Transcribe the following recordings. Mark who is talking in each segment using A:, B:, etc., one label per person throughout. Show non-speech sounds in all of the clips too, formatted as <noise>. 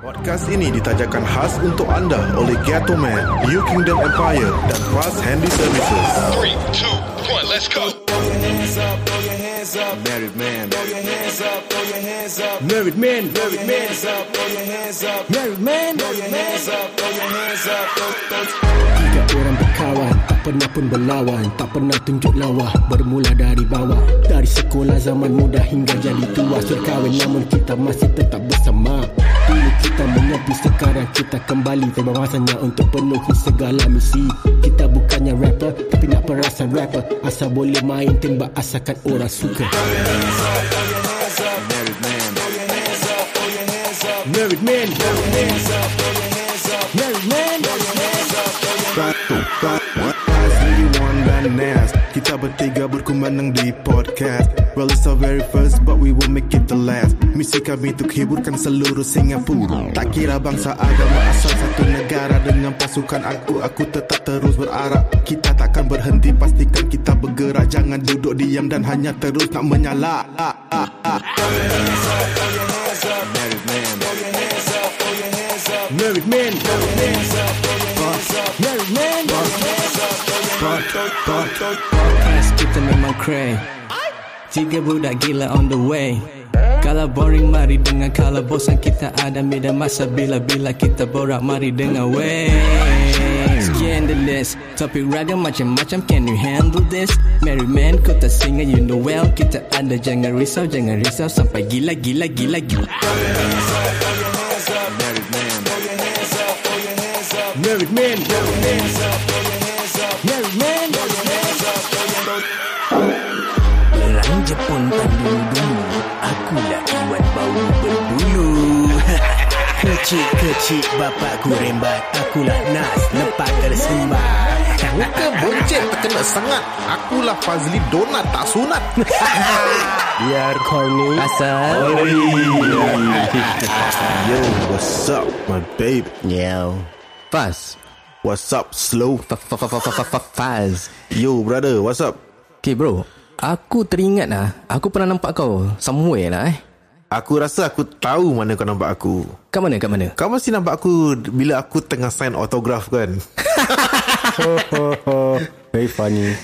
A: Podcast ini ditajakan khas untuk anda oleh Gato Man, New Kingdom Empire dan Fast Handy Services.
B: Three, two, one, let's go.
A: Married man,
C: Married men, married men, married men, married men. Tiga orang berkawan, tak pernah pun berlawan, tak pernah tunjuk lawa, bermula dari bawah. Dari sekolah zaman muda hingga jadi tua, serkawin namun kita masih tetap bersama. Dulu kita menyepi, sekarang kita kembali, tiba masanya untuk penuhi segala misi. Kita bukannya rapper, tapi nak perasan rapper, asal boleh main tembak asalkan orang suka.
A: married man,
C: Married men, married men, married men,
A: satu, Asli Wan dan Nas Kita bertiga berkumandang di podcast Well it's our very first but we will make it the last Misi kami untuk hiburkan seluruh Singapura Tak kira bangsa agama asal satu negara Dengan pasukan aku, aku tetap terus berarah Kita takkan berhenti pastikan kita bergerak Jangan duduk diam dan hanya terus nak menyala Married man,
C: married men, married men.
D: Podcast kita memang cray Tiga budak gila on the way Kalau boring mari dengar Kalau bosan kita ada media masa Bila-bila kita borak mari dengar way Scandalous Topik ragam macam-macam Can you handle this? Merry man kau tak singa you know well Kita ada jangan risau Jangan risau sampai gila-gila-gila-gila
A: married man
C: Married men, married men, married men.
D: Perang Jepun tak dulu-dulu Akulah Iwan bau berbulu <laughs>
E: Kecil-kecil bapakku rembat
D: lah
E: Akulah Nas lepas tersumbat
A: Muka buncit terkena sengat Akulah Fazli Donat tak <laughs> sunat
E: Biar corny Asal
A: Yo, what's up my babe
E: Yo Faz
A: What's up slow
E: Faz
A: Yo brother, what's up?
E: Okay bro Aku teringat lah Aku pernah nampak kau Somewhere lah eh
A: Aku rasa aku tahu mana kau nampak aku
E: Kat mana kat mana
A: Kau mesti nampak aku bila aku tengah sign autograf kan
F: Very funny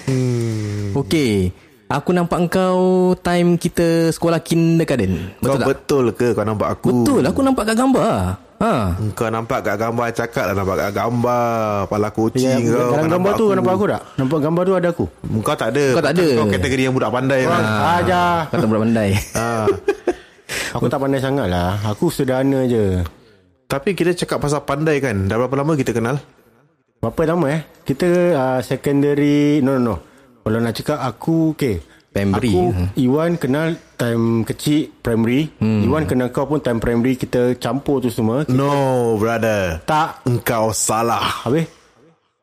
E: Okay Aku nampak kau Time kita sekolah kindergarten
A: Kau
E: Betul tak?
A: betul ke kau nampak aku?
E: Betul aku nampak kat gambar lah. Ha
A: Kau nampak kat gambar cakap lah nampak kat gambar Kepala kucing
F: Yang
A: kau
F: Ya, Dalam gambar tu kau nampak aku tak? Nampak gambar tu ada aku
A: Kau tak ada
E: Kau tak ada.
A: Kau kategori yang budak pandai kan
F: Aja.
E: Kata budak <laughs> pandai
A: ha.
F: Aku tak pandai sangat lah Aku sederhana je
A: Tapi kita cakap pasal pandai kan Dah berapa lama kita kenal?
F: Berapa lama eh? Kita uh, secondary No no no Kalau nak cakap aku Okay
E: Primary. Hmm.
F: Aku Iwan kenal Time kecil Primary hmm. Iwan kenal kau pun Time primary Kita campur tu semua
A: No brother
F: Tak
A: Engkau salah
F: Habis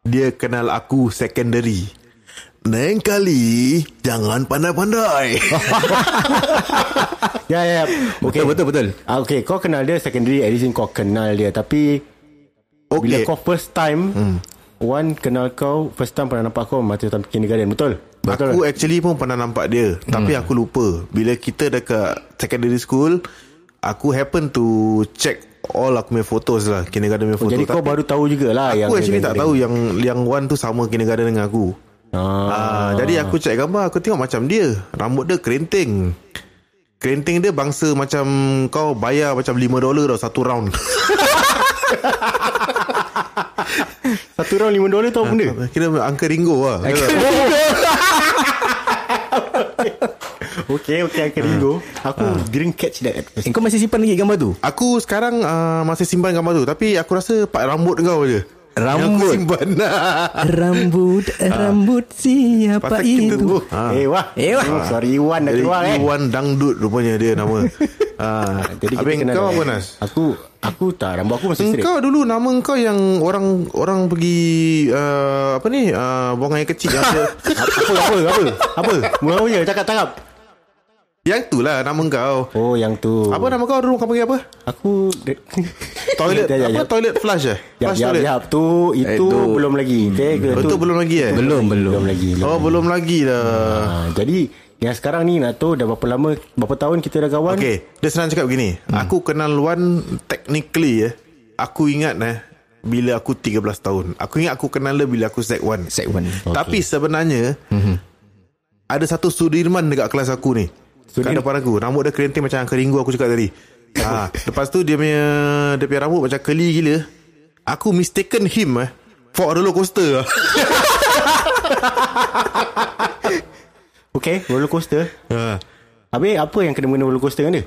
A: Dia kenal aku secondary. Lain kali jangan pandai-pandai.
F: Ya ya ya. okay.
E: <laughs> Betul, betul, betul.
F: Ah, Okay kau kenal dia secondary At least kau kenal dia Tapi okay. <laughs> Bila
A: Okey.
F: kau first time hmm. Wan kenal kau First time pernah nampak kau Masa time kindergarten Betul? Betul
A: Aku eh, actually pun pernah nampak dia, hmm. tapi aku lupa. Bila kita dekat secondary school, aku happen to check all aku punya photos lah, kindergarten punya photo.
F: Oh, Jadi kau
A: Tapi
F: baru tahu jugalah
A: Aku actually tak tahu yang yang Wan tu sama kindergarten dengan aku. Ah,
F: ah.
A: jadi aku check gambar, aku tengok macam dia. Rambut dia kerinting. Kerinting dia bangsa macam kau bayar macam 5 dolar tau satu round. <laughs>
F: Satu round lima dolar tahu
A: <laughs>
F: benda
A: Kira angka ringo lah.
F: Okay okay
A: Ah.
F: Akhir Ringo Aku didn't catch that at first.
E: Eh, Kau masih simpan lagi gambar tu
A: Aku sekarang uh, masih simpan gambar tu Tapi aku rasa part rambut kau je Yang aku
E: Rambut.
A: simpan <laughs>
E: Rambut Rambut siapa
A: Pasal kita tu
E: itu
A: ha.
F: Eh wah
E: Eh, wah.
F: Oh, Sorry Iwan dah
A: Jadi
F: keluar eh Ah,
A: Iwan Dangdut rupanya dia
F: <laughs>
A: nama ha.
F: Jadi kita
A: Habis
F: kenal
A: kau
F: dia.
A: apa Nas?
F: Aku Aku tak Rambut aku masih straight
A: Engkau dulu nama kau yang orang orang pergi uh, apa ni uh, buang air kecil yang ada.
F: <laughs> Apa apa apa Apa Mula je cakap cakap
A: yang tu lah nama kau.
F: Oh Ya, yang tu
A: Apa nama kau dulu kau panggil apa? <laughs>
F: Aku
A: Toilet
F: <laughs> Jap, jap,
A: apa
F: jap.
A: toilet flush eh?
F: Jap,
A: Flush
F: jap,
A: toilet.
F: jap. Tu,
E: Eh,
F: itu
E: tu.
F: belum lagi. Okay,
A: Betul Hmm. belum lagi eh?
E: Belum belum
F: Belum lagi. Belum.
A: Oh belum lagi lah.
F: Ha, jadi, Yang sekarang ni nak tahu dah berapa lama Berapa tahun kita dah kawan
A: Okay Dia senang cakap begini hmm. Aku kenal Wan Technically eh, Aku ingat eh Bila aku 13 tahun Aku ingat aku kenal dia Bila aku sec 1
E: Sec 1
A: okay. Tapi sebenarnya hmm. Ada satu Sudirman Dekat kelas aku ni Sudir- Kat depan aku Rambut dia kerenting Macam angka ringgu aku cakap tadi <laughs> ha, Lepas tu dia punya Dia punya rambut macam keli gila Aku mistaken him eh For a roller <laughs> coaster
F: Okay roller coaster
A: ha.
F: Habis apa yang kena-mengena roller coaster dengan dia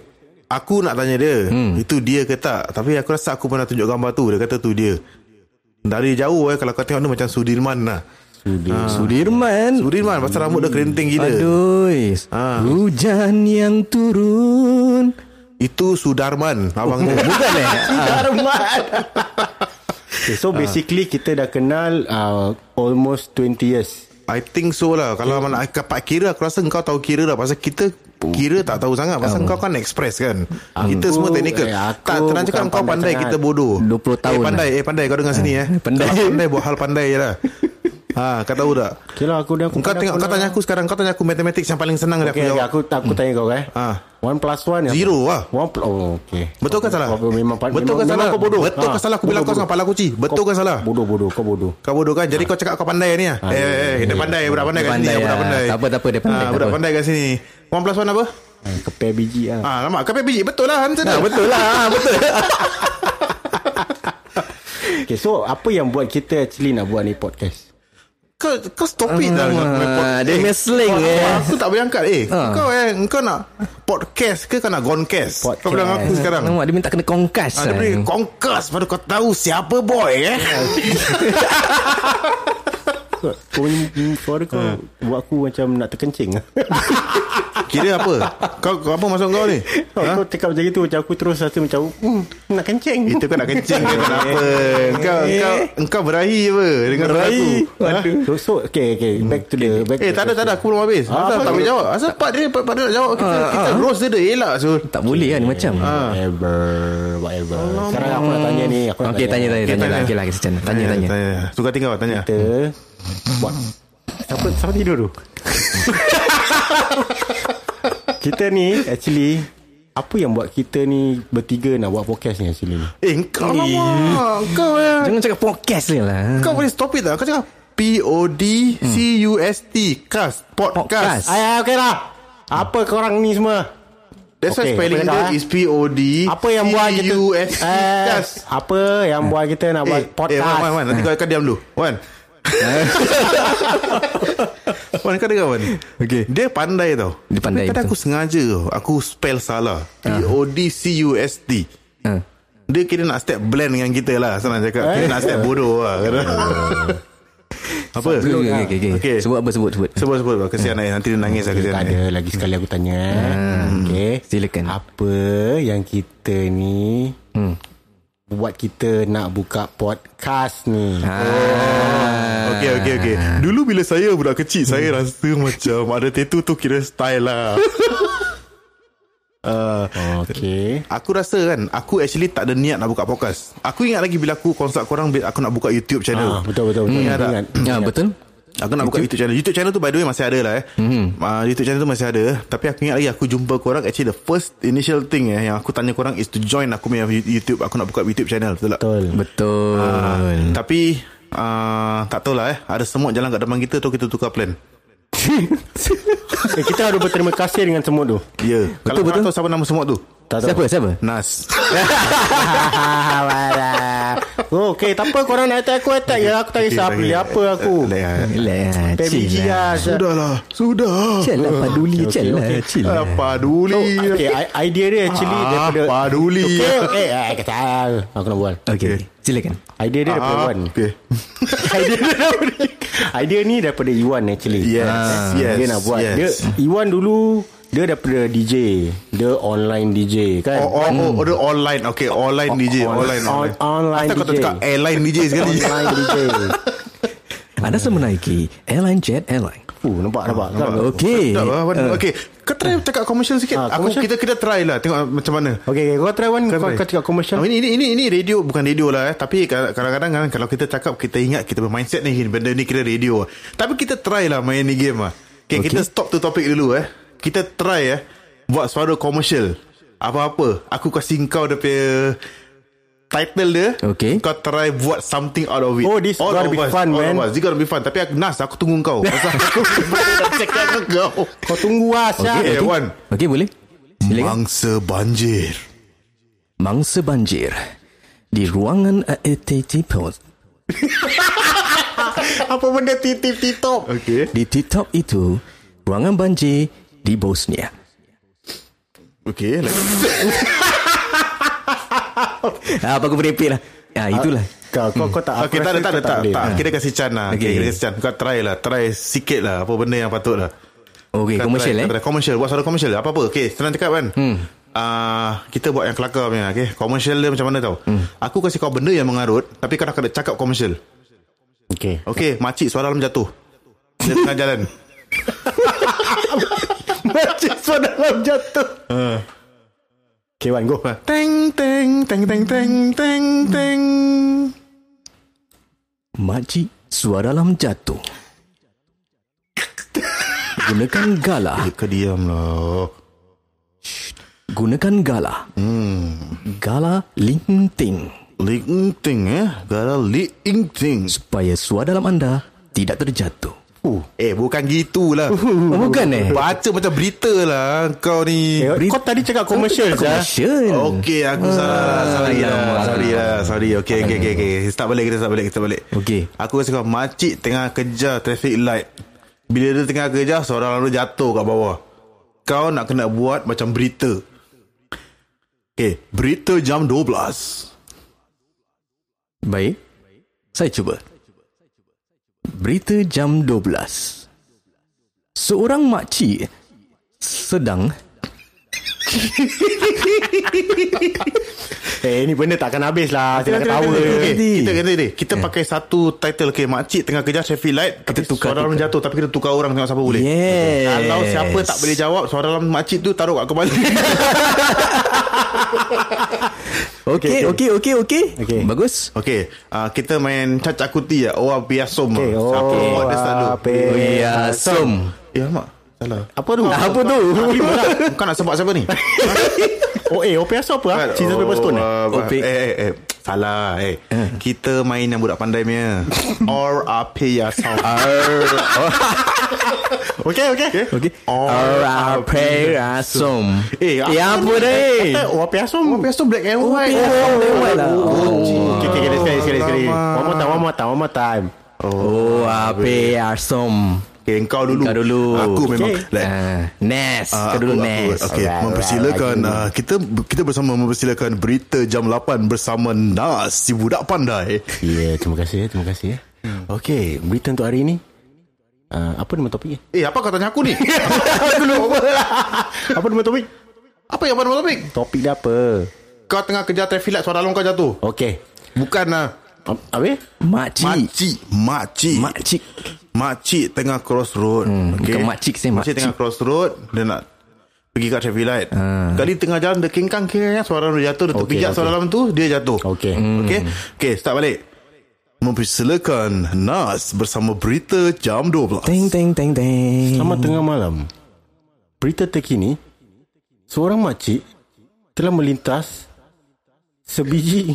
A: Aku nak tanya dia hmm. Itu dia ke tak Tapi aku rasa aku pernah tunjuk gambar tu Dia kata tu dia Dari jauh eh Kalau kau tengok dia macam Sudirman lah
E: Sudirman
A: Sudirman Pasal rambut dia kerenting gila
E: Kan? Aduh
A: Ah.
E: Hujan yang turun
A: Itu Sudarman Abang tu
E: Bukan eh
F: okay,
A: Ah.
F: So basically kita dah kenal uh, Almost 20 years
A: I think so lah Kalau hmm. nak dapat kira Aku rasa kau tahu kira lah Pasal kita Kira tak tahu sangat Pasal kau kan express kan Kita semua technical
F: eh, aku
A: Tak terang cakap
F: bukan
A: kau
F: pandai
A: pandai
F: sangat.
A: Kita bodoh
E: 20 tahun
A: Eh pandai Eh pandai kau dengar sini eh
E: pandai.
A: Kalau pandai buat hal pandai je lah Ha, kau tahu tak?
F: Okay lah aku dah aku
A: Kau tengok kau tanya aku sekarang kau tanya aku matematik yang paling senang dia aku
F: Okay, okay,
A: jawab.
F: aku tak aku tanya kau eh.
A: Ah.
F: One plus one apa?
A: Zero lah.
F: One plus oh okay.
A: Betul ke salah?
F: Kau memang
A: Betul ke
F: memang,
A: salah?
F: Memang kau bodoh. Ah,
A: Betul ke salah aku bilang kau
F: bodoh,
A: sekarang kepala kuci? Betul ke salah?
F: Bodoh bodoh kau bodoh.
A: Kau bodoh kan? Jadi kau cakap kau pandai ni ah.
E: ya,
A: Eh, eh, eh, dia pandai, budak pandai kat
E: Dia
A: sini, ah,
E: pandai,
A: budak
E: ah.
A: pandai.
E: Tak apa, tak apa, dia pandai,
A: Ah,
E: tak
A: budak
E: apa.
A: pandai kat sini. One plus one apa?
F: Ah, Kepel biji ah.
A: Ah, lama. Kau biji. Betul lah Hamzah dah.
E: <laughs> Betul lah Betul
F: Okay, so apa yang buat kita actually nak buat ni podcast?
A: Kau kau stop it lah. kau punya pod-
E: Ah, Dia
A: eh,
E: punya slang
A: pod-
E: eh Ah.
A: Aku tak boleh angkat eh. Kau eh, kau nak podcast ke kau nak goncast? Kau
F: Podcast.
A: bilang aku sekarang.
E: Nampak Eh, dia minta kena kongkas
A: Ah, dia
E: kan.
A: beri kongkas pada kau tahu siapa boy
E: <laughs>
A: eh.
F: Kau kau punya suara kau
A: Hmm.
F: buat aku macam nak terkencing. <laughs>
A: Kira apa? Kau, kau apa masuk kau ni?
F: Kau, kau cakap macam itu macam aku terus rasa macam hmm, nak kencing. <laughs>
A: Itu kau nak kencing ke kenapa?
F: Eh.
A: Kau kau engkau berahi apa dengan suara aku?
F: Waduh. So, so okay okay back to the back.
A: Eh
F: to
A: tak ada
F: the-
A: tak ada aku belum habis.
F: Ah,
A: Asal
F: apa Ah,
A: tak
F: tu?
A: boleh jawab. Asal part dia part, part dia nak jawab kita kita roast dia dia elak so.
E: Tak boleh kan macam
F: Eh, Ah.
A: Ah.
F: Whatever whatever. Sekarang aku nak tanya ni, aku nak
E: Okey tanya tanya
A: Okey,
E: tanya lah
A: tanya.
E: Okey lah kita tanya Tanya tanya
A: Suka tinggal Eh, tanya.
F: kita buat siapa siapa tidur tu <laughs> kita ni actually apa yang buat kita ni bertiga nak buat podcast ni actually ni
A: Eh kau lama. Kau eh.
E: Jangan cakap podcast ni lah
A: Kau boleh stop it tak? Kau cakap P O D C U S T cast
E: Podcast.
A: podcast.
F: ayah okey lah apa korang ni semua
A: That's why
F: Okay,
A: spelling
F: apa yang
A: dia
F: dah, eh?
A: is P O D
F: apa yang buat
A: C
F: kita
A: U S T
F: Eh,
A: cast.
F: apa yang buat kita nak buat
A: Eh, Wan, Wan,
F: podcast
A: Wan, nanti kau, kau diam dulu.
E: <laughs>
A: Wan. Wan, kau dengar Wan?
E: Okey.
A: Dia pandai tau.
E: Dia pandai,
A: Kadang
E: betul.
A: aku sengaja tau. Aku spell salah. P-O-D-C-U-S-T.
E: Ah. Eh.
A: Dia kira nak step blend dengan kita lah. Senang cakap. Kira nak step bodoh
E: <laughs>
A: lah.
E: Ah.
A: Kira. Apa?
E: Okey okey okey, okey
A: ah. Okey.
E: Sebut apa sebut sebut
A: Sebut-sebut. Kesian
E: Ah.
A: eh. Nanti dia nangis lah
F: Tak
A: kesian eh.
F: ada lagi sekali aku tanya Okay
E: silakan.
F: Apa yang kita ni hmm. Buat kita nak buka podcast ni
A: Okey, okey, okey.
E: Ah.
A: Dulu bila saya budak kecil, saya rasa macam ada tattoo tu kira style lah.
F: Okay
A: Aku rasa kan Aku actually tak ada niat nak buka podcast Aku ingat lagi bila aku konsult korang bila Aku nak buka YouTube channel
F: Ah, betul betul betul.
A: Ingat tak?
F: Ingat.
E: Ya betul
A: Aku nak buka YouTube channel YouTube channel tu by the way masih ada lah eh
F: Mhm.
A: mm-hmm. uh, YouTube channel tu masih ada Tapi aku ingat lagi aku jumpa korang Actually the first initial thing eh Yang aku tanya korang is to join aku punya YouTube Aku nak buka YouTube channel Betul tak?
F: Betul.
E: Betul
A: Ah, tapi uh, tak tahulah eh Ada semut jalan kat depan kita tu kita tukar plan
F: Eh, kita harus berterima kasih dengan semua tu.
A: Ya yeah. Kalau korang tahu siapa nama semut tu
F: Tak tahu.
E: Siapa siapa
A: Nas
F: Oh, okay. Tak apa korang nak attack aku attack <laughs> ya. Aku tak kisah. Pilih apa aku.
E: Relax
F: Baby
E: Chill lah
F: Gia. Sudah.
A: Sudahlah Sudah
E: Chill lah Paduli chill lah Chill
A: Ah.
E: lah
A: Paduli
F: Okay, i- idea dia actually
A: Ah,
F: daripada...
A: paduli.
F: Okay, okay. Ah, kata, ah, aku nak buat.
E: Okey
A: Okay.
E: silakan
F: Idea dia daripada Iwan.
A: Okay
F: <laughs> idea dia daripada... idea ni daripada Iwan actually. Eh,
A: Yes, yes,
F: Dia nak buat.
A: yes.
F: Dia, Iwan dulu... Dia daripada DJ Dia online DJ kan
A: Oh, oh, oh, oh, dia online. Okay, online DJ. Online.
F: on- Oh, online
A: Asal kau tak
F: DJ.
A: cakap airline DJ sekali.
F: Online
A: <laughs>
F: DJ
E: Anda semua naiki Airline Jet Airline
F: Uh, nampak, nampak, nampak.
E: Okey Eh,
A: Tak, apa, lah, okay. Kau try cakap commercial sikit.
F: Eh. Ah,
A: Aku
F: commercial.
A: kita kita try lah tengok macam mana.
F: Okay, okay, kau try Wan Kau, kau cakap komersial
A: Oh, ini ini ini ini radio bukan radio lah eh. tapi kadang-kadang kan kalau kita cakap kita ingat kita bermindset ni benda ni kira radio. Tapi kita try lah main ni game lah. Okay, okay. kita stop tu topik dulu eh. Kita try eh Buat suara komersial Apa-apa Aku kasih kau dia punya Title dia
E: Okay.
A: Kau try buat something out of it
F: Oh, this
A: All of
F: gotta be
A: us,
F: fun,
A: all
F: man.
A: of us. This gotta be fun Tapi aku, Nas aku tunggu
F: <laughs>
A: kau Pasal aku <laughs> betul-betul nak cakap dengan kau
F: Kau tunggu lah Syah
A: Okay, Wan
E: Okey boleh? Silakan.
A: Mangsa banjir
E: Mangsa banjir di ruangan AAT Pos.
F: Apa benda titip-titop
A: Okay
E: Di TikTok itu, ruangan banjir di Bosnia.
A: Okay like,
E: Ah, apa aku merepek lah. Ah, itulah.
F: Kau, kau, kau tak
A: Hmm. Okay tak ada Ah, tak ada tak, tak, Kita kasih can lah okay.
E: Okay.
A: Kita kasih can Kau try lah Try sikit lah Apa benda yang patut lah
E: Okey,
A: Kau
E: komersial
A: try,
E: eh.
A: kau try. Commercial Buat suara commercial Apa-apa Okay senang cakap kan hmm. Uh, kita buat yang kelakar punya okay? Commercial dia macam mana tau hmm. Aku kasih kau benda yang mengarut Tapi kau nak kena cakap commercial
F: Okay
A: Okay makcik suara dalam jatuh Dia tengah jalan
F: Macam suara dalam jatuh Okay Wan go
A: <laughs> Ah. Teng teng teng teng teng teng teng
E: Makcik suara dalam jatuh. Gunakan gala.
A: Eh kau diam lah
E: Gunakan gala.
A: Hmm.
E: Gala linting
A: Ling ting eh Gara ling ting
E: supaya suara dalam anda tidak terjatuh.
A: uh. Uhuh. Eh bukan gitulah
E: Oh, bukan eh?
A: Baca macam berita lah Kau ni
F: okay, Eh, Kau tadi cakap komersial Syah
E: Komersial.
A: Okey aku salah Sorry
E: ya.
A: lah Sorry lah Sorry Okay okay okay, okay. Start balik Kita start balik Kita start balik
E: Okey.
A: Aku kasi kau Makcik tengah kejar Traffic light Bila dia tengah kejar Seorang lalu jatuh kat bawah Kau nak kena buat Macam berita Okay Berita jam 12
E: Baik. Saya cuba. Berita jam 12. Seorang makcik sedang
F: Eh ni benda takkan habis lah Kita nak ketawa
A: okay,
E: Tadi.
A: Kita kena tadi Kita
E: Hmm.
A: pakai satu title Okay makcik tengah kejar traffic light Tapi
E: tukar,
A: suara orang jatuh Tapi kita tukar orang Tengok siapa boleh
E: Yes.
A: Kalau siapa tak boleh jawab Suara dalam makcik tu Taruh kat
E: <laughs>
A: kepala
E: Okey, okey, okey, okey.
F: Okey.
E: Bagus.
A: Okey, uh, kita main cacakuti ya. Oa piasom.
F: Okay,
A: Siapa
E: oh,
F: Oa
A: buat dia selalu. Oh,
F: Piasom.
E: We
F: eh,
E: are some.
A: Ya mak, salah.
F: Apa tu
E: Apa tu?
A: Kau nak sebut siapa ni?
E: <laughs>
F: Oh eh OPS apa ah? Scissor paper stone eh?
A: ah,
E: Opik.
A: eh, eh, eh. Salah eh. Kita main yang budak pandai <laughs> punya. Or apa ya sound. <laughs> Oh.
F: Okay okay
E: Okey.
A: All
E: Ora pera som.
A: Eh,
E: Eh,
A: apa
E: apa ni?
F: <laughs>
E: Oh,
F: Oh OPS tu
A: Piasom black and white.
F: Okay, okay, okay, sekali, sekali, sekali. One more time, one more time, one more time.
E: Oh, pera som.
A: Okay, engkau dulu.
E: Kau dulu.
A: Aku memang
F: Okey.
A: like,
E: Ah, Nes.
A: Lah. Ah,
E: Kau dulu
A: aku-
E: Nes.
A: aku- Okey,
F: Alright,
A: mempersilakan
F: alright,
A: ah, kita kita bersama mempersilakan berita jam 8 bersama Nas si budak pandai.
F: Ya, yeah, terima kasih, terima kasih. Okay, berita untuk hari ini. Uh, apa nama topiknya?
A: Eh, apa kau tanya aku ni?
F: Aku lupa lah. apa nama topik?
A: <laughs> apa yang mana topik?
F: Topik dia apa?
A: Kau tengah kejar traffic light suara long kau jatuh.
F: Okay.
A: Bukan ah.
F: Ab- Habis?
E: Makcik.
A: Makcik, makcik.
E: Makcik.
A: makcik tengah cross road. Hmm,
E: bukan makcik, saya makcik.
A: tengah cross road, dia nak pergi kat traffic light. Hmm. Kali tengah jalan dia kengkang kengkang ya, suara dia jatuh, dia
F: Okey,
A: terpijak
F: okey.
A: suara dalam tu, dia jatuh.
F: Okey.
A: Okey. Okey, start balik. Mempersilakan Nas bersama berita jam 12.
E: Teng teng teng teng.
F: Selamat tengah malam. Berita terkini, seorang makcik telah melintas sebiji.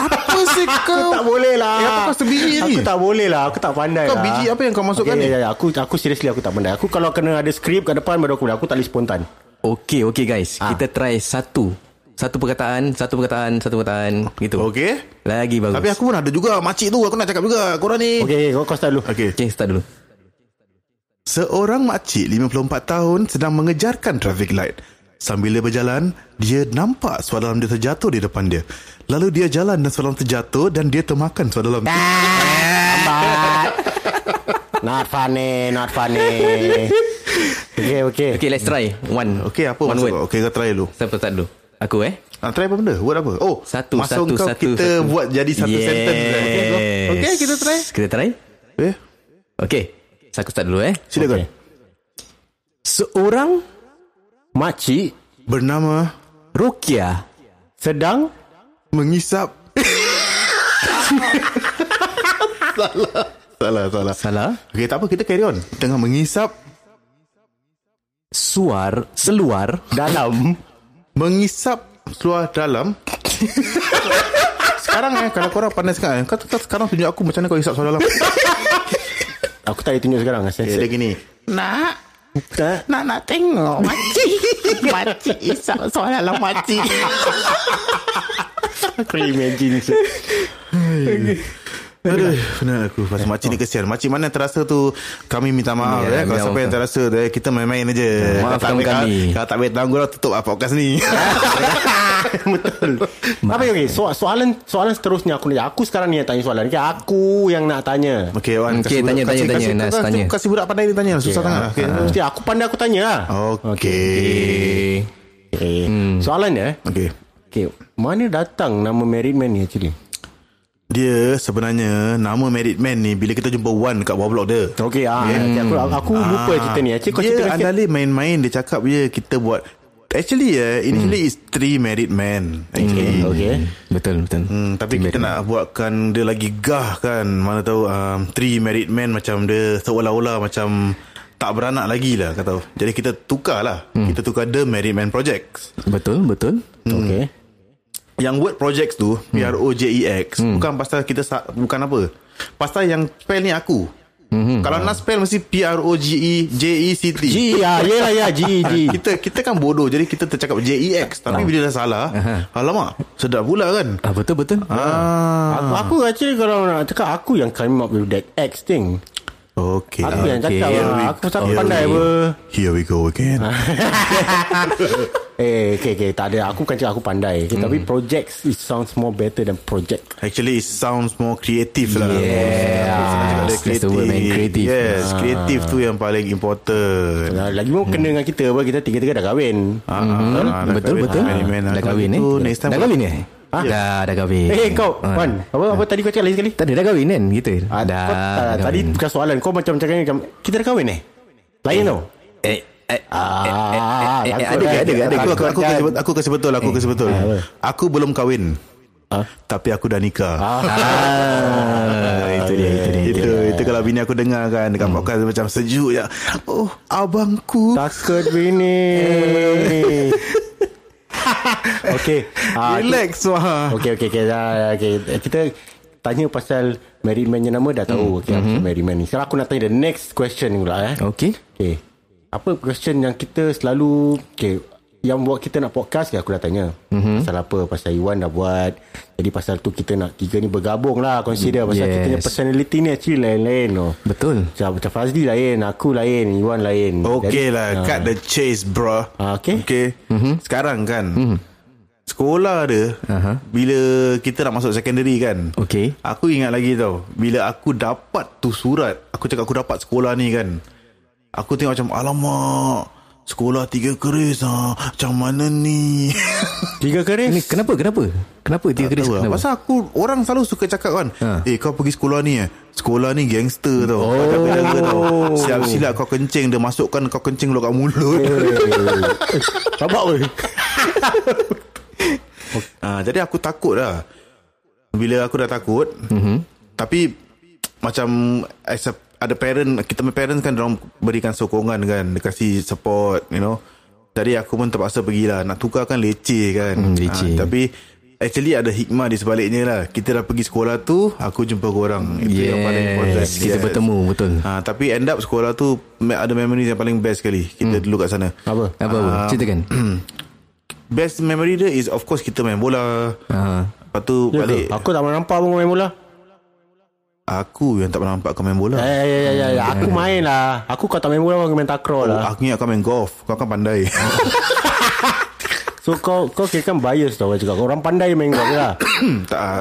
A: Apa sih kau?
F: tak boleh lah.
A: Eh, apa kau sebiji ni?
F: Aku tak boleh lah. Aku tak pandai
A: Kau
F: lah.
A: biji apa yang kau masukkan ni?
F: okay, Ya, ya, aku aku seriously aku tak pandai. Aku kalau kena ada skrip kat depan baru aku boleh. Aku tak boleh spontan.
E: Okey, okey guys.
F: Ah.
E: Kita try satu. Satu perkataan, satu perkataan, satu perkataan. Gitu.
A: <laughs> Okey.
E: Lagi bagus.
A: Tapi aku pun ada juga makcik tu aku nak cakap juga. Korang ni.
F: Okay, okay kau, kau start dulu.
A: <laughs> Okey.
E: Okey, start dulu.
A: Seorang makcik 54 tahun sedang mengejarkan traffic light. Sambil dia berjalan, dia nampak suara dalam dia terjatuh di depan dia. Lalu dia jalan dan suara dalam terjatuh dan dia termakan suara dalam.
E: Ah.
F: But not funny, not funny. Okay, okay.
E: Okey, let's try. One.
A: Okey, apa
E: One
A: maksud
E: word.
A: kau? Okey, kau try dulu.
E: Siapa start dulu? Aku eh?
A: Ah, try apa benda? Word apa? Oh,
E: Satu,
A: maksud
E: satu,
A: kau
E: satu.
A: kita
E: satu.
A: buat jadi satu
E: yes.
A: sentence. lah. Okey, go. Okey, kita try.
E: Kita try?
A: Eh,
E: Okey. So, aku start dulu eh.
A: silakan.
F: Okey.
E: Seorang
F: Makcik
A: Bernama
E: Rukia
F: sedang
E: <laughs>
A: mengisap. salah. Salah, salah.
E: Salah
A: Okey, tak apa. Kita carry on. Tengah mengisap
E: Suar Seluar
F: Dalam
A: Mengisap seluar dalam Sekarang eh Kalau korang pandai sekarang eh, Kau tak sekarang tunjuk aku Macam mana kau isap seluar dalam
F: Aku tak boleh tunjuk sekarang
A: Eh, Dia
F: Sensor
A: ada gini Nak
F: Tak
A: Nak nak tengok Makcik Makcik isap seluar dalam makcik
F: Aku imagine
A: Aduh, benar aku Pasal makcik ni kesian Makcik mana yang terasa tu Kami minta maaf yeah, eh. Kalau
E: Ya, minta
A: siapa
E: maaf.
A: yang terasa tu, eh, Kita main-main aja
E: Maafkan
A: Kalau tak boleh-
E: kami.
A: Kalau tak boleh tanggung Kita tutup lah podcast <laughs> ni
F: Betul <laughs> Apa yang okay, so, Soalan Soalan seterusnya aku nak Aku sekarang ni yang tanya soalan Okay, Aku yang nak tanya
A: Okay Wan
E: Okey,
A: kasih budak-
E: tanya, tanya,
A: kasih-
E: tanya,
A: kasih-
E: Nas,
A: kasih-
E: tanya.
A: Kasih budak pandai ni tanya Susah sangat lah. Okay.
F: Ah,
A: Oh.
F: Mesti aku pandai aku tanya lah
A: Okay
E: eh,
F: okay.
A: Hmm.
F: Soalannya eh
A: Okay
F: Okay Mana datang nama married man ni actually
A: Dia sebenarnya Nama married man ni Bila kita jumpa Wan Kat bawah blok dia
F: Okay, ah, okay aku, aku
E: Ah.
F: lupa cerita ni Actually kau
A: Dia
F: cerita sikit
A: andalih main-main Dia cakap je Kita buat Actually ya uh, Initially is three married men Actually
F: Hmm. Okay
E: Betul betul
A: Hmm, tapi kita nak buatkan dia lagi gah kan Mana tahu um, Three married men macam dia Seolah-olah macam Tak beranak lagi lah kata Jadi kita tukar lah hmm. Kita tukar The Married Man Projects
E: Betul betul
A: Hmm.
F: Okay
A: Yang word projects
F: Hmm.
A: tu P-R-O-J-E-X E Bukan pasal kita sa- Bukan apa Pasal yang spell ni aku mm-hmm. Kalau nak spell mesti E P-R-O-G-E-J-E-C-T
F: Hmm. G ah, Yelah ya G
E: <laughs>
F: G
E: E.
A: kita kita kan bodoh jadi kita tercakap JEX tapi bila dah salah alamak sedap pula kan
E: ah, Betul betul
A: ah
F: Aku, aku actually kalau nak cakap Aku yang come up with that X thing
A: okey
F: Aku yang
E: Okay.
F: cakap
E: Here
F: lah.
E: we-
F: Aku tak
E: here
F: pandai
E: we-
F: apa
A: Here we go again.
E: Ah.
F: Eh okay, okay tak ada Aku bukan cakap aku pandai
E: Hmm.
F: okay, Tapi projects It sounds more better than project
A: Actually, it sounds more creative lah.
E: Yeah
A: Ada
E: That's the word man Creative Ah.
A: Yes, creative tu yang paling important.
F: Nah, Lagi pun kena
E: Hmm.
F: dengan kita apa Kita tiga-tiga dah kahwin Hmm.
A: Ah, ah, ah, dah
E: Betul
A: kahwin,
E: betul
A: ah, man, ah.
E: Dah kahwin eh
A: Itu next time
E: Dah kahwin eh
F: Ha?
E: Dah dah kahwin
F: Eh hey, kau
E: Ah.
F: Wan Apa apa tadi kau cakap lagi sekali
E: Tak ada dah kahwin kan kita
F: Ah,
E: Dah
F: kau, ah,
E: dah
F: Tadi
E: kahwin.
F: bukan soalan Kau macam cakap macam Kita dah kahwin eh Lain tau
E: Eh eh
F: Ah,
E: eh, eh, ada ke, ada Eh.
F: aku dah-
E: Ah, ke, ada
A: Aku, aku, aku,
F: Kan.
A: kasi, bet- aku kasi betul Aku kasi betul Aku belum kahwin
F: Ah.
A: Tapi aku dah nikah
E: Ah, Itu dia
F: ya.
E: itu dia Hmm.
A: Itu itu kalau bini aku dengar kan Dekat podcast macam sejuk je Oh abangku
F: Takut <laughs> bini Okay ah,
A: Relax wah
F: Okay okay okay, dah, okay. Ah, Kita tanya pasal Merry Man yang nama dah
E: Hmm.
F: tahu okay,
E: Mhm.
F: mm-hmm. Merry Man ni Sekarang aku nak tanya the next question pula eh.
E: Okey
F: Okay Apa question yang kita selalu Okay Yang buat kita nak podcast okay, Aku dah tanya
E: Mhm.
F: mm-hmm. Pasal apa Pasal Iwan dah buat Jadi pasal tu kita nak Tiga ni bergabung lah Consider Pasal yes.
E: Yes.
F: kita punya personality ni Actually lain-lain no.
E: Betul
F: Macam, macam Fazli lain Aku lain Iwan lain
A: Okay
F: Jadi,
A: lah
F: ah.
A: Cut the chase bro
F: Ah, Mhm. okay.
A: Okay Sekarang kan Sekolah dia uh-huh. Bila kita nak masuk secondary kan
E: Okey.
A: Aku ingat lagi tau Bila aku dapat tu surat Aku cakap aku dapat sekolah ni kan Aku tengok macam Alamak Sekolah tiga keris ha. Macam mana ni
F: Tiga keris
E: Ni kenapa kenapa Kenapa tiga keris
A: Tahu tak?
E: kenapa
A: Pasal aku Orang selalu suka cakap kan
E: Ha.
A: Eh kau pergi sekolah ni eh Sekolah ni gangster tau Kau tak bela tau
E: Oh.
A: Silap-silap kau kencing Dia masukkan kau kencing lu kat mulut
E: <laughs>
F: Rabak weh
A: Ah, jadi aku takut lah. Bila aku dah takut,
E: Mhm.
A: mm-hmm. tapi macam as a, ada parent, kita punya parents kan orang berikan sokongan kan, dia kasi support, you know. Jadi aku pun terpaksa pergilah. Nak tukar kan leceh kan.
E: Hmm, leceh.
A: Ah, tapi actually ada hikmah di sebaliknya lah. Kita dah pergi sekolah tu, aku jumpa korang. Itu yang paling important.
E: Yes Kita bertemu betul
A: Ha, tapi end up sekolah tu me- ada memories yang paling best sekali. Kita hmm. dulu kat sana.
F: Apa
E: Apa apa
A: Ah. <clears throat>
E: Ceritakan
A: Best memory dia is of course kita main bola.
E: Ah.
A: Lepas tu
F: Ya ke?
A: balik
F: Aku tak pernah nampak pun main bola
A: Aku yang tak pernah nampak kau main bola. Eh,
F: Ya ya ya ya, ya Aku main lah Aku kau tak main bola Aku main takraw
A: Oh,
F: lah
A: aku ingat kau main golf. Kau kan pandai. <clears throat>
F: So kau Kau kira kan bias tau Kau cakap Orang pandai main bola lah
A: tak ah,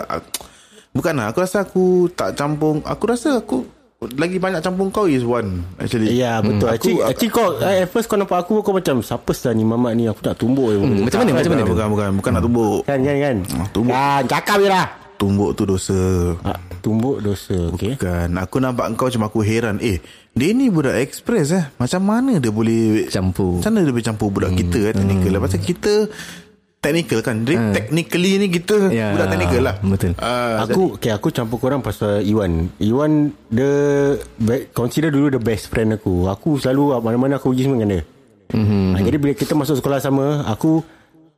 A: bukan lah. Aku rasa aku tak campur. Aku rasa aku lagi banyak campur kau is one actually. Hmm,
F: Ya betul
A: Aku-
F: Actually, actually kau eh, At first kau nampak aku Kau macam Siapa sah ni mamat ni Aku nak tumbuk je
E: Hmm, Macam mana macam mana
A: Bukan, bukan, bukan. Bukan nak tumbuk.
F: Kan kan kan
A: Ah, tumbuk.
F: ah, Cakap je lah
A: Tumbuk tu dosa.
F: ah, Tumbuk dosa Okay
A: Bukan. Aku nampak kau macam aku heran. Eh, dia ni budak express eh. Macam mana dia boleh...
E: Campur.
A: Macam mana dia boleh campur budak kita eh, technical. Hmm. Pasal kita technical kan. Dia technically ni kita
E: Ya,
A: budak technical lah.
E: betul.
A: Ah,
F: Aku okay, aku campur korang pasal Iwan. Iwan the be, consider dulu the best friend aku. Aku selalu ah, mana-mana aku pergi semua dengan dia. mm-hmm.
E: Mhm,
F: ha, Jadi bila kita masuk sekolah sama Aku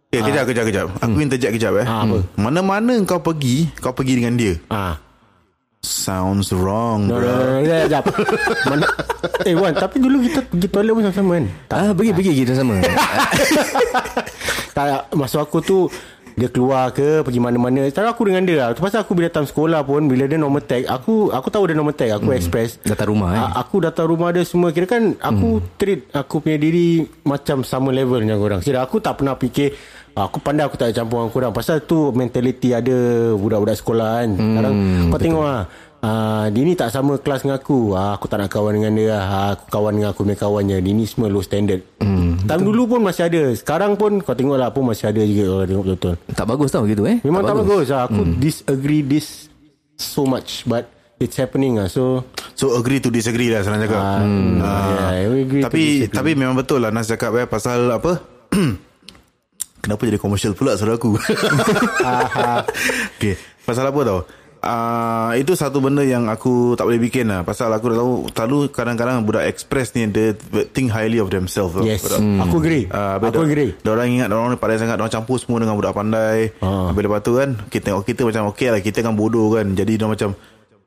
A: Eh, kejap, kejap, kejap. Aku interject kejap eh.
F: Ah, apa?
A: Mana-mana kau pergi, kau pergi dengan dia.
F: ah,
A: Sounds wrong,
F: no, no,
A: bro.
F: no, no, no, Sekejap Mana Eh Wan Tapi dulu kita pergi toilet pun sama-sama kan tak,
E: Ah, pergi-pergi kita
A: <laughs>
E: sama.
F: tak, tak Maksud aku tu dia keluar ke Pergi mana-mana Sekarang aku dengan dia lah Tu pasal aku bila time sekolah pun Bila dia normal tag Aku aku tahu dia normal tag Aku express
E: Mhm.
F: Ah,
E: Datang rumah eh.
F: A- Aku datang rumah dia semua Kira kan aku treat Aku punya diri Macam sama level dengan korang Kira aku tak pernah fikir ah, Aku pandai aku tak nak campur dengan korang Pasal tu mentality ada Budak-budak sekolah kan Sekarang kau tengok lah Ah, dia ni tak sama kelas dengan aku ah, Aku tak nak kawan dengan dia ah, Aku kawan dengan aku punya kawan je Dia ni semua low standard hmm, Time dulu pun masih ada Sekarang pun kau tengok lah pun masih ada juga Kalau tengok betul-betul
E: Tak bagus tau gitu eh.
F: Memang tak, bagus, ah, Aku disagree this So much But it's happening lah So
A: So agree to disagree lah Senang cakap
F: Ah, hmm. yeah, we agree to
A: Tapi
F: disagree.
A: tapi memang betul lah Nas cakap eh Pasal apa <clears throat> Kenapa jadi komersial pula Suara
F: <laughs>
A: aku Okay Pasal apa tau Uh, itu satu benda yang aku tak boleh bikin lah Pasal aku dah tahu Selalu kadang-kadang budak express ni Dia think highly of themselves tau,
F: Yes
A: budak.
F: hmm. Aku agree
A: Ah,
F: uh, Aku agree
A: Diorang ingat Diorang pandai sangat Diorang campur semua Dengan budak pandai
F: Ah.
A: Habis lepas tu kan Kita tengok kita macam Okay lah kita kan bodoh kan Jadi diorang macam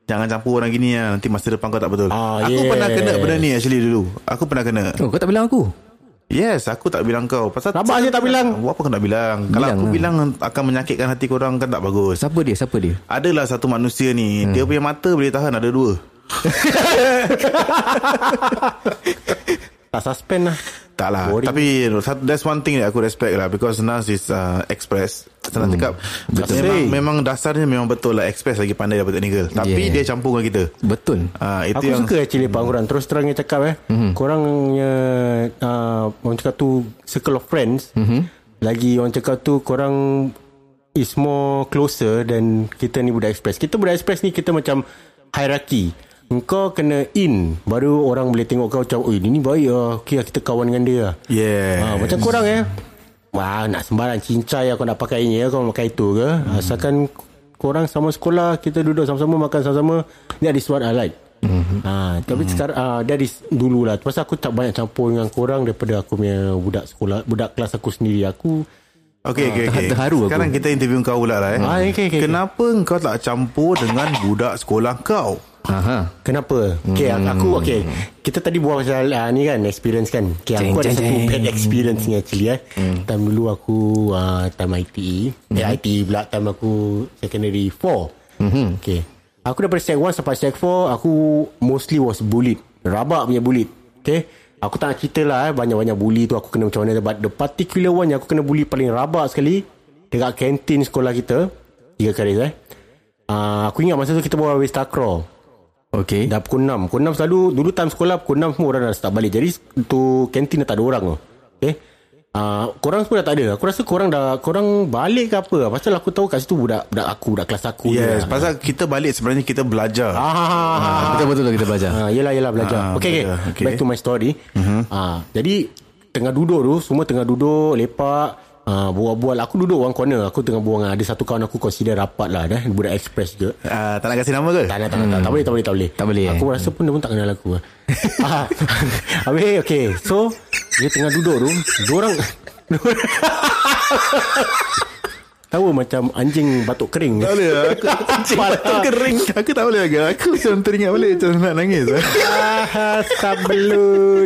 A: Jangan campur orang gini lah Nanti masa depan kau tak betul
F: Ah,
A: Aku
F: yes.
A: pernah kena benda ni actually dulu Aku pernah kena
E: Oh, kau tak bilang aku.
A: Yes aku tak bilang kau Pasal
F: Rabak je tak bilang.
A: Apa kau nak bilang Kalau
E: Bilang
A: aku
E: lah.
A: bilang Akan menyakitkan hati korang Kan tak bagus
E: Siapa dia? Siapa dia?
A: Adalah satu manusia ni
F: Hmm.
A: Dia punya mata boleh tahan Ada dua
F: Tak suspend lah
A: Tak lah
F: Boring.
A: Tapi you know, sat- That's one thing That aku respect lah Because Nas is uh, Express Senang hmm. cakap memang,
F: Say.
A: memang dasarnya Memang betul lah Express lagi pandai daripada technical Tapi
E: Yeah.
A: dia campur dengan kita
E: Betul.
A: uh, Itu
F: Aku
A: yang
F: suka actually Pak korang Terus terang dia cakap eh Korang punya uh, Orang cakap tu Circle of friends Lagi orang cakap tu Korang Is more closer Than kita ni budak express Kita budak express ni Kita macam Hierarki Engkau kena in Baru orang boleh tengok kau Macam Oi dia ni baik lah Okay lah kita kawan dengan dia lah
A: Yeah
F: Ha, macam korang eh. Wah, nak sembarang cincai aku nak pakai ini ya, kau pakai itu ke? Hmm. Asalkan korang sama sekolah, kita duduk sama-sama makan sama-sama, that is what I like. Hmm. Ha, tapi hmm. sekarang ah, that is dulu lah. Pasal aku tak banyak campur dengan korang daripada aku punya budak sekolah, budak kelas aku sendiri. Aku
A: Okay, okay, okay.
E: terharu aku.
A: Sekarang kita interview kau pula lah eh.
F: Ah, okay, okay,
A: Kenapa kau tak campur dengan budak sekolah kau?
E: Aha.
F: Kenapa? Okay, hmm. aku okay. Kita tadi buat pasal uh, ni kan experience kan. Okay,
E: Jeng,
F: aku ada
E: jeng,
F: satu
E: jeng.
F: bad experience ni actually eh. Hmm. Time dulu aku uh, time ITE. Hmm. Eh, ITE pula time aku secondary 4. Hmm. Okay. Aku daripada sec 1 sampai sec 4 aku mostly was bullied. Rabak punya bullied. Okay. Aku tak nak cerita lah eh, banyak-banyak bully tu aku kena macam mana but the particular one yang aku kena bully paling rabak sekali dekat kantin sekolah kita tiga kali eh. Uh, aku ingat masa tu kita bawa habis
A: Eh?
F: takraw.
E: Okey.
F: Dah pukul 6 Pukul 6 selalu Dulu time sekolah Pukul 6 semua orang dah start balik Jadi tu kantin dah tak ada orang tu Okay Uh, korang semua dah tak ada Aku rasa korang dah Korang balik ke apa Pasal aku tahu kat situ Budak budak aku Budak kelas aku je
A: Yes,
F: lah.
A: pasal kita balik sebenarnya kita belajar.
F: ah, ah, ah, ah.
E: Betul betul lah kita belajar.
A: <laughs>
F: Ah, yelah yelah
A: Ah,
F: belajar.
A: belajar. Okay.
F: okay, okay.
A: Mhm.
F: okay. Back to my story. Uh-huh. Ah, jadi tengah duduk tu, semua tengah duduk, lepak, ah, bual-bual. Aku duduk one corner. Aku tengah buang ah, ada satu kawan aku consider rapat lah dah, budak express je.
A: Ah, tak nak kasi nama ke?
F: Tak nak, tak nak, tak, tak boleh, tak boleh, tak boleh.
E: Hmm. Tak boleh,
F: Aku
E: eh?
F: rasa pun dia pun tak kenal
E: <laughs>
F: aku. ah, habis, okay. So, dia tengah duduk tu. Diorang... diorang- <laughs> Tahu macam anjing batuk kering.
A: Tak
F: <laughs>
A: boleh lah. Aku, aku kering. Aku tak boleh lagi. Aku macam teringat balik macam nak nangis. eh.
F: Ah,
E: <laughs>
F: Sabelut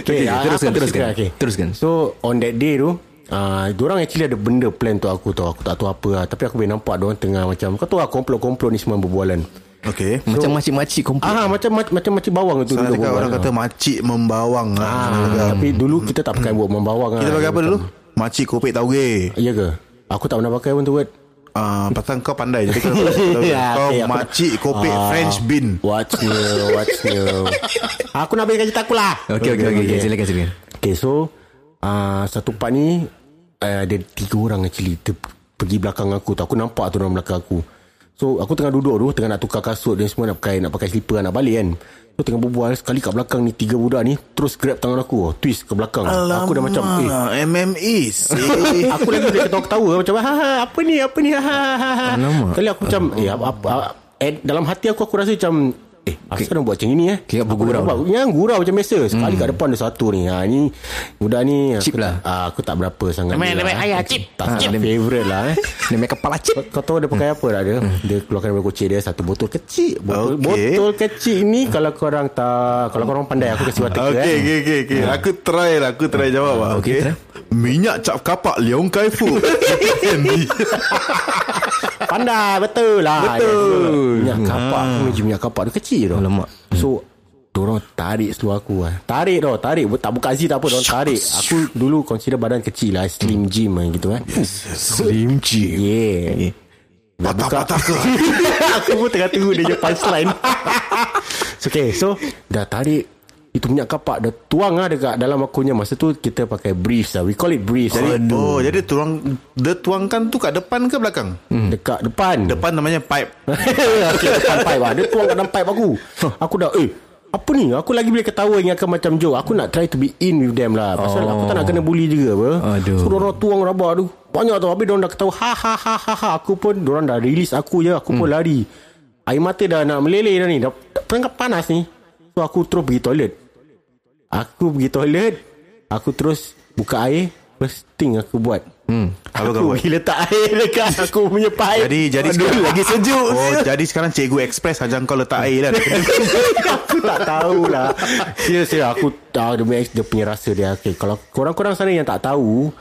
F: okay, ah, okay,
E: okay, teruskan, teruskan. Teruskan.
F: So on that day tu Uh, diorang actually ada benda plan tu aku tahu Aku tak tahu apa lah Tapi aku boleh nampak diorang tengah macam Kau tahu lah komplot-komplot ni semua berbualan
A: Okay.
E: <laughs> Macam makcik-makcik kumpul.
F: Ah, macam macam macam bawang tu
A: Senang
F: duduk
A: cakap
F: berbual.
A: orang kata makcik membawang lah. Senang
F: Ah,
A: cakap.
F: tapi dulu kita tak pakai buat membawang
A: Kita pakai apa dulu? Makcik kopek tauge.
F: Ya ke? Aku tak pernah pakai pun tu word.
A: Ah, pasal kau pandai jadi <laughs> kau dapat tauge.
F: Ya,
A: Kau
F: okay, aku-
A: makcik kopek
F: Ah.
A: French bean.
F: What's new? What's
A: <laughs>
F: new? aku nak habiskan cerita aku lah.
E: Okey okey okey okay. silakan silakan.
F: Okay, so uh, satu part ni uh, ada tiga orang actually ter- pergi belakang aku tu. Aku nampak tu orang belakang aku. So aku tengah duduk tu Tengah nak tukar kasut Dan semua nak pakai Nak pakai slipper Nak balik kan So tengah berbual Sekali kat belakang ni Tiga budak ni Terus grab tangan aku Twist ke belakang Aku dah macam Eh
A: Alamak, MME.
F: Eh, <laughs>
A: sih.
F: aku lagi dia ketawa-ketawa macam ha ha apa eh, ni apa ni ha ha ha. Kali aku macam eh apa, apa, at, dalam hati aku aku rasa macam Eh, asal orang buat macam ni
E: Ah,
F: eh?
E: Kira
F: Aku
E: bergurau. Hmm.
F: dah nampak, Yang gurau macam biasa. Sekali kat depan ada satu ni. Ha, ni budak ni. aku
E: Cheap
F: tak-
E: lah.
F: Ah, aku tak berapa sangat.
G: Nama-
F: ni
G: nama
F: lah.
G: ayah, cheap.
F: Tak
E: Ah,
F: cheap
E: dia-
F: favorite lah
G: <laughs>
F: eh.
E: Dia main kepala cip
F: Kau, kau tahu dia pakai apa tak dia?
E: Hmm.
F: Dia keluarkan dari kocik dia satu botol kecil. Botol,
A: Okey.
F: botol kecil ni kalau korang tak kalau korang pandai aku kasi
A: Okey,
F: watak eh.
A: okey, okey, okey. Aku try lah, aku try jawab lah. Okey.
E: Okey, try.
A: Minyak cap kapak Leong Kai Fu. Candy.
F: Pandai betul lah. Betul. Minyak kapak hmm. meja minyak kapak dia kecil tu.
E: Alamak.
F: So Diorang tarik seluar aku lah. Tarik tau Tarik Tak buka zip tak apa Diorang tarik Aku dulu consider badan kecil lah Slim gym lah gitu kan Slim gym Yeah
A: Patah-patah ke?
F: <laughs> Aku pun tengah tunggu dia punya <laughs> punchline so, Okay so Dah tarik itu minyak kapak Dah tuang lah dekat dalam akunya Masa tu kita pakai briefs lah We call it briefs
A: Jadi,
F: Jadi
A: oh, jadi tuang, dia tuangkan tu kat depan ke belakang?
F: Dekat depan
A: Depan namanya pipe.
F: <laughs> okay, depan pipe lah. Dia tuang kat dalam pipe aku. Aku dah, eh, apa ni? Aku lagi bila ketawa ingatkan macam Joe. Aku nak try to be in with them lah. Pasal
E: Oh.
F: aku tak nak kena bully juga apa.
E: Aduh.
F: So, diorang tuang rabak tu. Banyak tau. Habis diorang dah ketawa. Ha, ha, ha, ha, ha. Aku pun, diorang dah release aku je. Aku
A: Hmm.
F: pun lari. Air mata dah nak meleleh dah ni. Dah perangkap panas ni. So, aku terus pergi toilet. Aku pergi toilet. Aku terus buka air. First thing aku buat. Hmm.
A: Apa kau
F: Aku
A: buat?
F: pergi letak air dekat aku punya pipe.
A: Jadi jadi sekarang lagi sejuk. <laughs> Oh, jadi sekarang cikgu express ajar kau letak air kan.
F: aku tak tahulah Serius serius Aku tahu dia punya, dia punya rasa dia okay, Kalau korang-korang sana yang tak tahu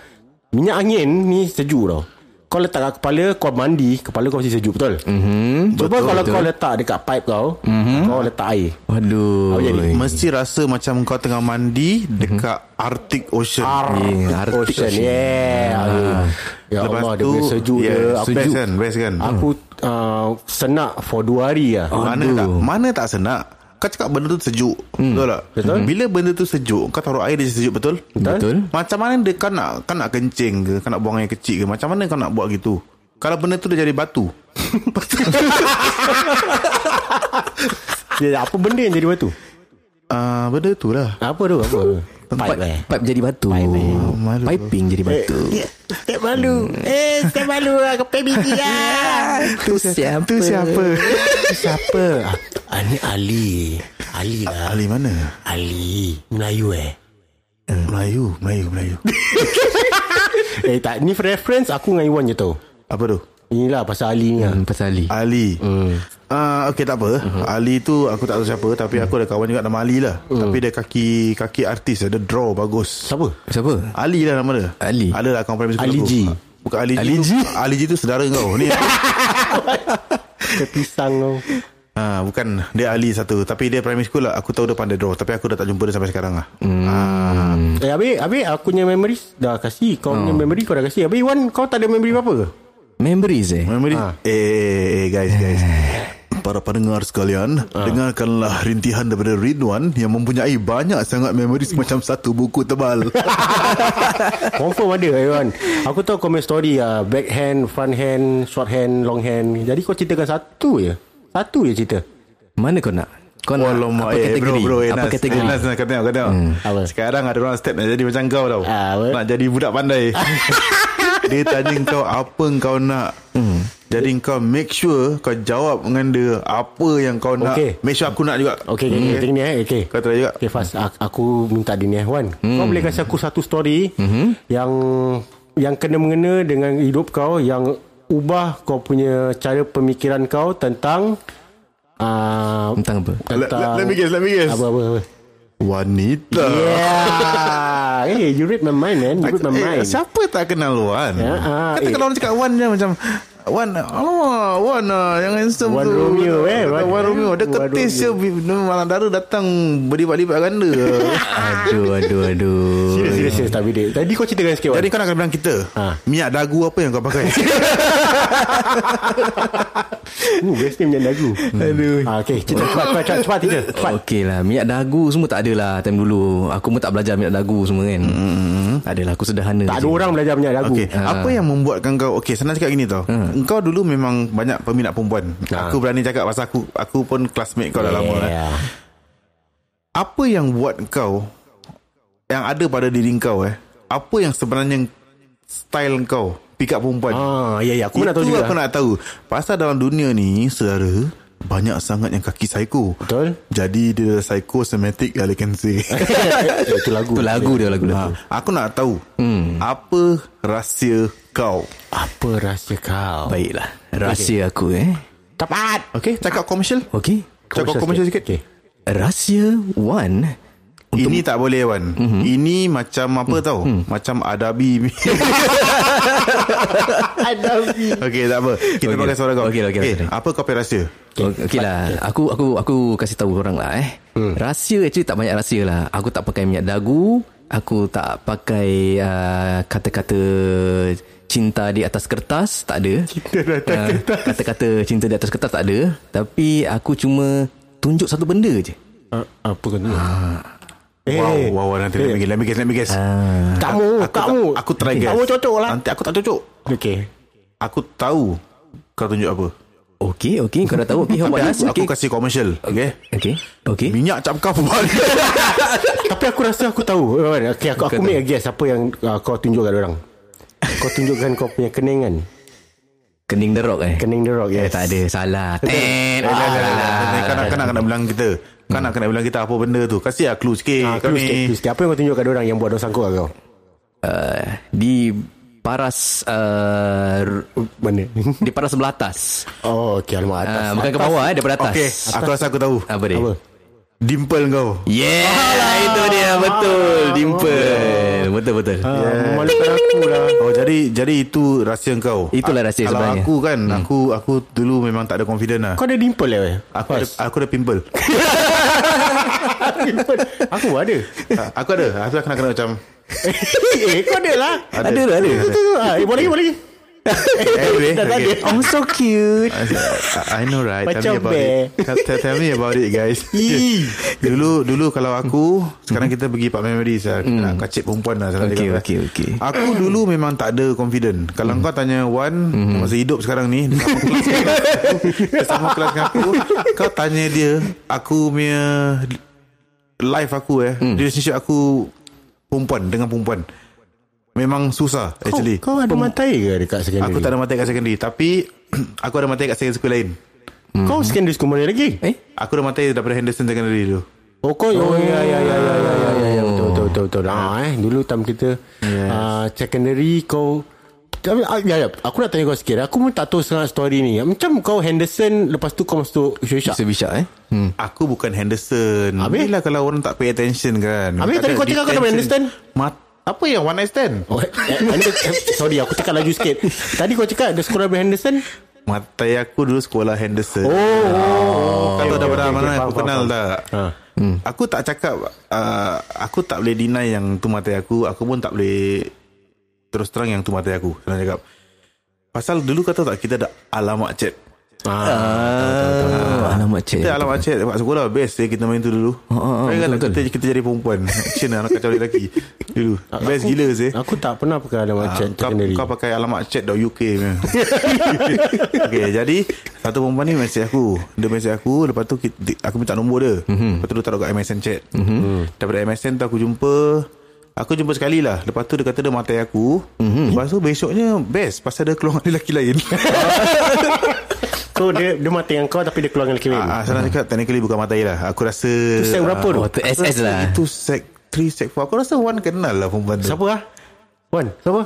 F: Minyak angin ni sejuk tau Kau letak kat kepala Kau mandi Kepala kau mesti sejuk betul mm-hmm, Cuba betul, kalau betul. kau letak dekat pipe kau mm-hmm. Kau letak air
E: Waduh
A: Oh,
F: Apa
A: ya,
F: jadi?
A: Mesti rasa macam kau tengah mandi dekat Arctic Ocean.
E: Yeah, Arctic
F: Arctic Ocean,
E: Ocean.
F: Yeah Ya
A: Lepas
F: Allah Dia
A: tu,
F: punya sejuk
A: yeah,
F: dia Aku-
A: sejuk kan, best kan?
F: Aku uh, senak for dua hari lah
A: Mana tak mana tak senak. Kau cakap benda tu sejuk Betul tak
F: Hmm.
A: Hmm.
F: Betul. Hmm.
A: Bila benda tu sejuk Kau taruh air dia sejuk betul
E: Betul.
A: Macam mana dia kau nak Kau nak kencing ke Kau nak buang air kecil ke Macam mana kau nak buat gitu Kalau benda tu dia jadi
F: <laughs>
A: batu
F: Dia- Apa benda yang jadi batu?
A: Ah, Benda tu lah
F: Apa tu? Apa?
E: Pipe,
F: Pipe eh
E: pipe jadi batu
A: eh.
E: Oh,
A: malu. Eh, ya.
E: Piping jadi batu
F: Step malu Eh step malu lah Kepai biji lah
E: Tu siapa
A: Tu siapa
F: <laughs> Siapa ah, Ni Ali Ali lah
A: Ali mana
F: Ali Melayu eh
A: Melayu Melayu Melayu
F: Eh tak Ni reference aku dengan Iwan je tau
A: Apa tu
F: Inilah pasal Ali ni lah
E: hmm, Pasal Ali
A: Ali
F: Hmm.
A: Ah okey tak apa. Ali tu aku tak tahu siapa
F: Hmm.
A: tapi aku ada kawan juga nama Ali lah. Tapi dia kaki kaki artis dia draw bagus.
F: Siapa?
E: Siapa
A: Ali lah nama dia.
E: Ali.
A: Ada lah kawan primary school
F: Ali
A: aku.
F: G.
A: Bukan Ali,
E: Ali
A: G.
E: G?
A: tu- Ali G tu saudara kau. Ni
F: Kepisang kau
A: Ah bukan dia Ali satu tapi dia primary school lah. Aku tahu dia pandai draw tapi aku dah tak jumpa dia sampai sekarang lah. Ah
F: Eh habis Habis aku punya memory Dah kasih Kau punya memory kau dah kasih Habis Iwan kau tak ada memory apa-apa ke?
E: Memories eh
A: memory. Eh, eh, eh guys guys. Para pendengar sekalian, dengarkanlah rintihan daripada Ridwan yang mempunyai banyak sangat memories macam satu buku tebal.
F: Confirm ada eh, Iwan Aku tahu kau punya story lah Back hand Front hand Short hand Long hand Jadi kau ceritakan satu je Satu je cerita
E: Mana kau nak Kau nak
A: Alamak,
E: Apa
A: eh,
E: kategori
A: bro, bro, eh,
E: Apa
A: Nas,
E: kategori
A: eh, Nas, Nas, kau tengok, kau tengok.
F: Apa?
A: Sekarang ada orang step nak jadi macam kau tau
F: Hmm. Ah, apa?
A: Nak jadi budak pandai
F: <laughs>
A: Dia tanya kau apa kau nak
F: Hmm.
A: Jadi kau make sure kau jawab dengan dia Apa yang kau nak
F: Okey.
A: Make sure aku nak juga
F: Okay, okay, okay. ni eh. Okay.
A: Kau try juga
F: Okay, Fas. a- Aku minta dia ni eh, Wan. Hmm. Kau boleh kasi aku satu story hmm. yang yang kena mengena dengan hidup kau yang ubah kau punya cara pemikiran kau tentang uh,
E: Tentang apa
A: let, let, let me guess, let me guess
F: Apa apa apa.
A: Wanita
F: Yeah. hey, you read my mind, man. You
A: Aku-
F: read my
A: eh,
F: mind.
A: Siapa tak kenal Wan
F: Ya, ah,
A: Kata
F: eh.
A: kalau orang cakap Wan dia macam Wan Alamak Wan ah, Yang handsome
F: Wan
A: tu
F: Romeo, eh,
A: Kata
F: Wan-
A: Wan Romeo Dia
F: Wan
A: ketis je Malam darah datang Berlipat-lipat
F: <laughs>
A: ganda
E: Aduh aduh aduh
F: Serius, serius, serius. Tapi dia. Tadi kau ceritakan sikit, Wan.
A: Jadi kau nak bilang kita
F: Ah.
A: Minyak dagu apa yang kau
F: <laughs>
A: pakai
F: Uh, best ni punya lagu.
A: Hmm.
F: Aduh. Ah, okay, cerita. Cepat, cepat, cepat, cepat, cerita. Cepat.
E: Okey lah Minyak dagu semua tak ada lah Time dulu Aku pun tak belajar minyak dagu semua kan mm-hmm. Tak adalah aku sederhana
F: Tak ada
E: je.
F: orang belajar punya lagu.
A: Okay Apa yang membuatkan kau Okay senang cakap gini tau
F: Hmm.
A: Engkau dulu memang Banyak peminat perempuan Aku berani cakap Pasal aku Aku pun classmate kau dah
E: Eh,
A: lama kan?
F: Ha.
E: ya.
F: Yeah.
A: Apa yang buat kau Yang ada pada diri kau eh Apa yang sebenarnya Style kau Pick up perempuan
F: Ah, ya, ya. Ah, Aku pun nak tahu
A: Itu
F: juga.
A: aku nak tahu Pasal dalam dunia ni Saudara banyak sangat yang kaki psycho.
F: Betul.
A: Jadi dia psycho somatic I can
F: <laughs>
A: say.
F: Eh, <laughs> Itu lagu
E: Itu lagu dia lagu dia.
A: ha, aku nak tahu hmm. apa rahsia kau.
F: Apa rahsia kau
E: Baiklah. Rahsia aku eh.
F: Top art
A: Okey, cakap komersial.
E: Okey.
A: Cakap komersial sikit.
F: okay.
E: Rahsia one.
A: Untuk ini tak boleh Wan
E: Mhm.
A: mm-hmm. Ini macam apa mm-hmm. tau Macam
E: <laughs>
A: adabi
F: Adabi
A: Okay tak apa Kita
E: Okey.
A: okay. pakai suara kau
E: Okey, okey,
A: Eh,
E: okey.
A: Apa kau punya rahsia
E: Okay, okay lah Aku aku aku kasih tahu orang lah eh hmm. Rahsia actually tak banyak rahsia lah Aku tak pakai minyak dagu Aku tak pakai uh, Kata-kata Cinta di atas kertas Tak ada Cinta di atas uh, kertas Kata-kata cinta di atas kertas tak ada Tapi aku cuma Tunjuk satu benda je
F: uh, Apa kau ni Eh,
A: Ah. Wow wow, wow Nanti let me guess Let me guess, let me guess.
E: Ah.
A: Aku,
F: Kamu
A: tak-
F: Kamu
A: Aku try guess
F: Kamu cocok lah
A: Nanti aku tak cocok
F: Okay
A: Aku tahu Kau tunjuk apa
E: Okay okay Kau dah tahu Okay how about us
A: Aku, aku
E: okay.
A: kasih komersial Okay
E: okay Okay
A: Minyak cap kau
E: <laughs> Eh,
F: Tapi aku rasa aku tahu Wan. Okay aku, aku
E: Kau
F: make a guess Apa yang uh, kau tunjuk kat orang Kau tunjukkan kau punya keningan
E: Kening the rock eh
F: Kening the rock
E: Eh,
F: yes.
E: tak ada <laughs> Salah Ah. Ten
A: Eh, dah, dah, dah, dah. Kan nak- kan nak kena bilang kita Kan
E: Hmm.
A: nak kena bilang kita Apa benda tu Kasih lah clue sikit
F: Ah,
A: Kau
F: clue sikit,
A: ni
F: clue sikit. Apa yang kau tunjuk kat orang Yang buat dosa kau kat kau
E: Uh, Di Paras uh,
F: Mana <laughs>
E: Di paras sebelah atas
F: Oh okay Alamak atas
E: Ah, Bukan ke bawah eh Ah, Daripada atas
A: Okay Aku rasa aku tahu
E: Apa dia?
F: Apa
A: Dimple kau
E: Yeah Itu dia Betul Dimple Betul-betul
F: yeah. Malukan aku lah
A: Oh jadi jadi itu rahsia kau.
E: Itulah rahsia
A: Kalau
E: sebenarnya.
A: aku kan hmm. aku aku dulu memang tak ada confident lah.
F: Kau ada dimple lah weh
A: Aku ada,
F: <laughs>
A: aku ada pimple.
F: Dimple. Aku pun ada
A: Ah, aku ada. Aku kena kena macam
F: Eh kau ada lah
E: Ada lah ada
F: Tu, tu, tu. Ah, Eh boleh lagi boleh lagi
A: anyway.
F: Dah
A: eh,
F: tak
A: okay.
F: ada
E: Oh so cute
A: I I know right Tell
F: Macam
A: me about
F: bear.
A: it tell, tell, tell me about it
F: <laughs>
A: guys <laughs> Dulu dulu kalau aku Sekarang
F: Mm-hmm.
A: kita pergi Pak Memories lah. Kita
F: Mm.
A: Nak kacip perempuan lah salah
E: Okay,
A: cakap lah.
E: okay, okay.
A: Aku dulu memang tak ada confident Kalau
F: Mm.
A: kau tanya Wan
F: Mm-hmm.
A: Masa hidup sekarang ni Dia sama kelas dengan aku Dia sama kelas dengan
F: <laughs>
A: aku Kau tanya dia Aku punya Life aku eh
F: Mm.
A: Relationship aku Perempuan Dengan perempuan Memang susah actually
F: Kau ada matai ke dekat secondary
A: Aku tak ada mata kat secondary Tapi <clears throat> Aku ada mata kat secondary school lain
F: Kau secondary school mana lagi
E: Eh
A: Aku dah mati daripada Henderson Secondary dulu.
F: Oh kau Oh ya ya ya ya ya ya, ya, ya. Betul betul betul, betul. Ah, eh. Dulu time kita yes. uh, Secondary kau Tapi, ah, ya, ya. Aku nak tanya kau sikit Aku pun tak tahu sangat story ni Macam kau Henderson Lepas tu kau masuk Syusha
E: Mr. Bishak eh hmm.
A: Aku bukan Henderson.
F: Habis?
A: Yelah kalau orang tak pay attention kan.
F: Habis
A: Tak
F: tadi
A: ada
F: kau cakap kau dah main
A: detention.
F: Henderson?
A: Mat apa yang one night stand?
F: oh, eh, eh, Henderson- eh, Sorry aku cakap laju sikit Tadi kau cakap Ada sekolah dengan Henderson
A: Matai aku dulu sekolah Henderson. Oh, kalau dah pada mana aku kenal tak? Hmm. Aku tak cakap uh, aku tak boleh deny yang tu mata aku, aku pun tak boleh terus terang yang tu mata aku. Senang cakap. Pasal dulu kau tahu tak kita ada alamat chat.
F: Ah.
E: ah, Alamak cik
A: Kita alam acik Tempat sekolah Best eh kita main tu dulu
E: Ha, ha, ha,
A: Tapi kan
E: betul,
A: kita, kita jadi
E: <laughs>
A: perempuan Action lah Nak kacau dia lelaki Dulu Best
F: aku,
A: gila sih
F: Aku tak pernah pakai alamat
A: Ah,
F: chat
A: kau,
F: secondary
A: kau pakai alamat chat.uk
E: <laughs>
A: punya. okay, jadi satu perempuan ni message aku. Dia message aku, lepas tu kita, aku minta nombor dia.
E: Mhm.
A: Mm-hmm. Lepas tu dia taruh kat MSN chat.
F: Hmm.
A: Mm-hmm. Daripada MSN tu aku jumpa Aku jumpa sekali lah Lepas tu dia kata dia matai aku
E: Mhm.
A: mm-hmm. Lepas tu besoknya best Pasal dia keluar dengan lelaki lain
F: So dia, dia mati yang kau Tapi dia keluar dengan lelaki
A: <laughs>
F: lain
A: ah, ah, Salah cakap technically bukan matai lah Aku rasa
F: Tu sek berapa tu?
E: Oh tu SS lah
A: Itu sec 3 sec 4 Aku rasa Wan kenal lah perempuan tu
F: Siapa lah Wan Siapa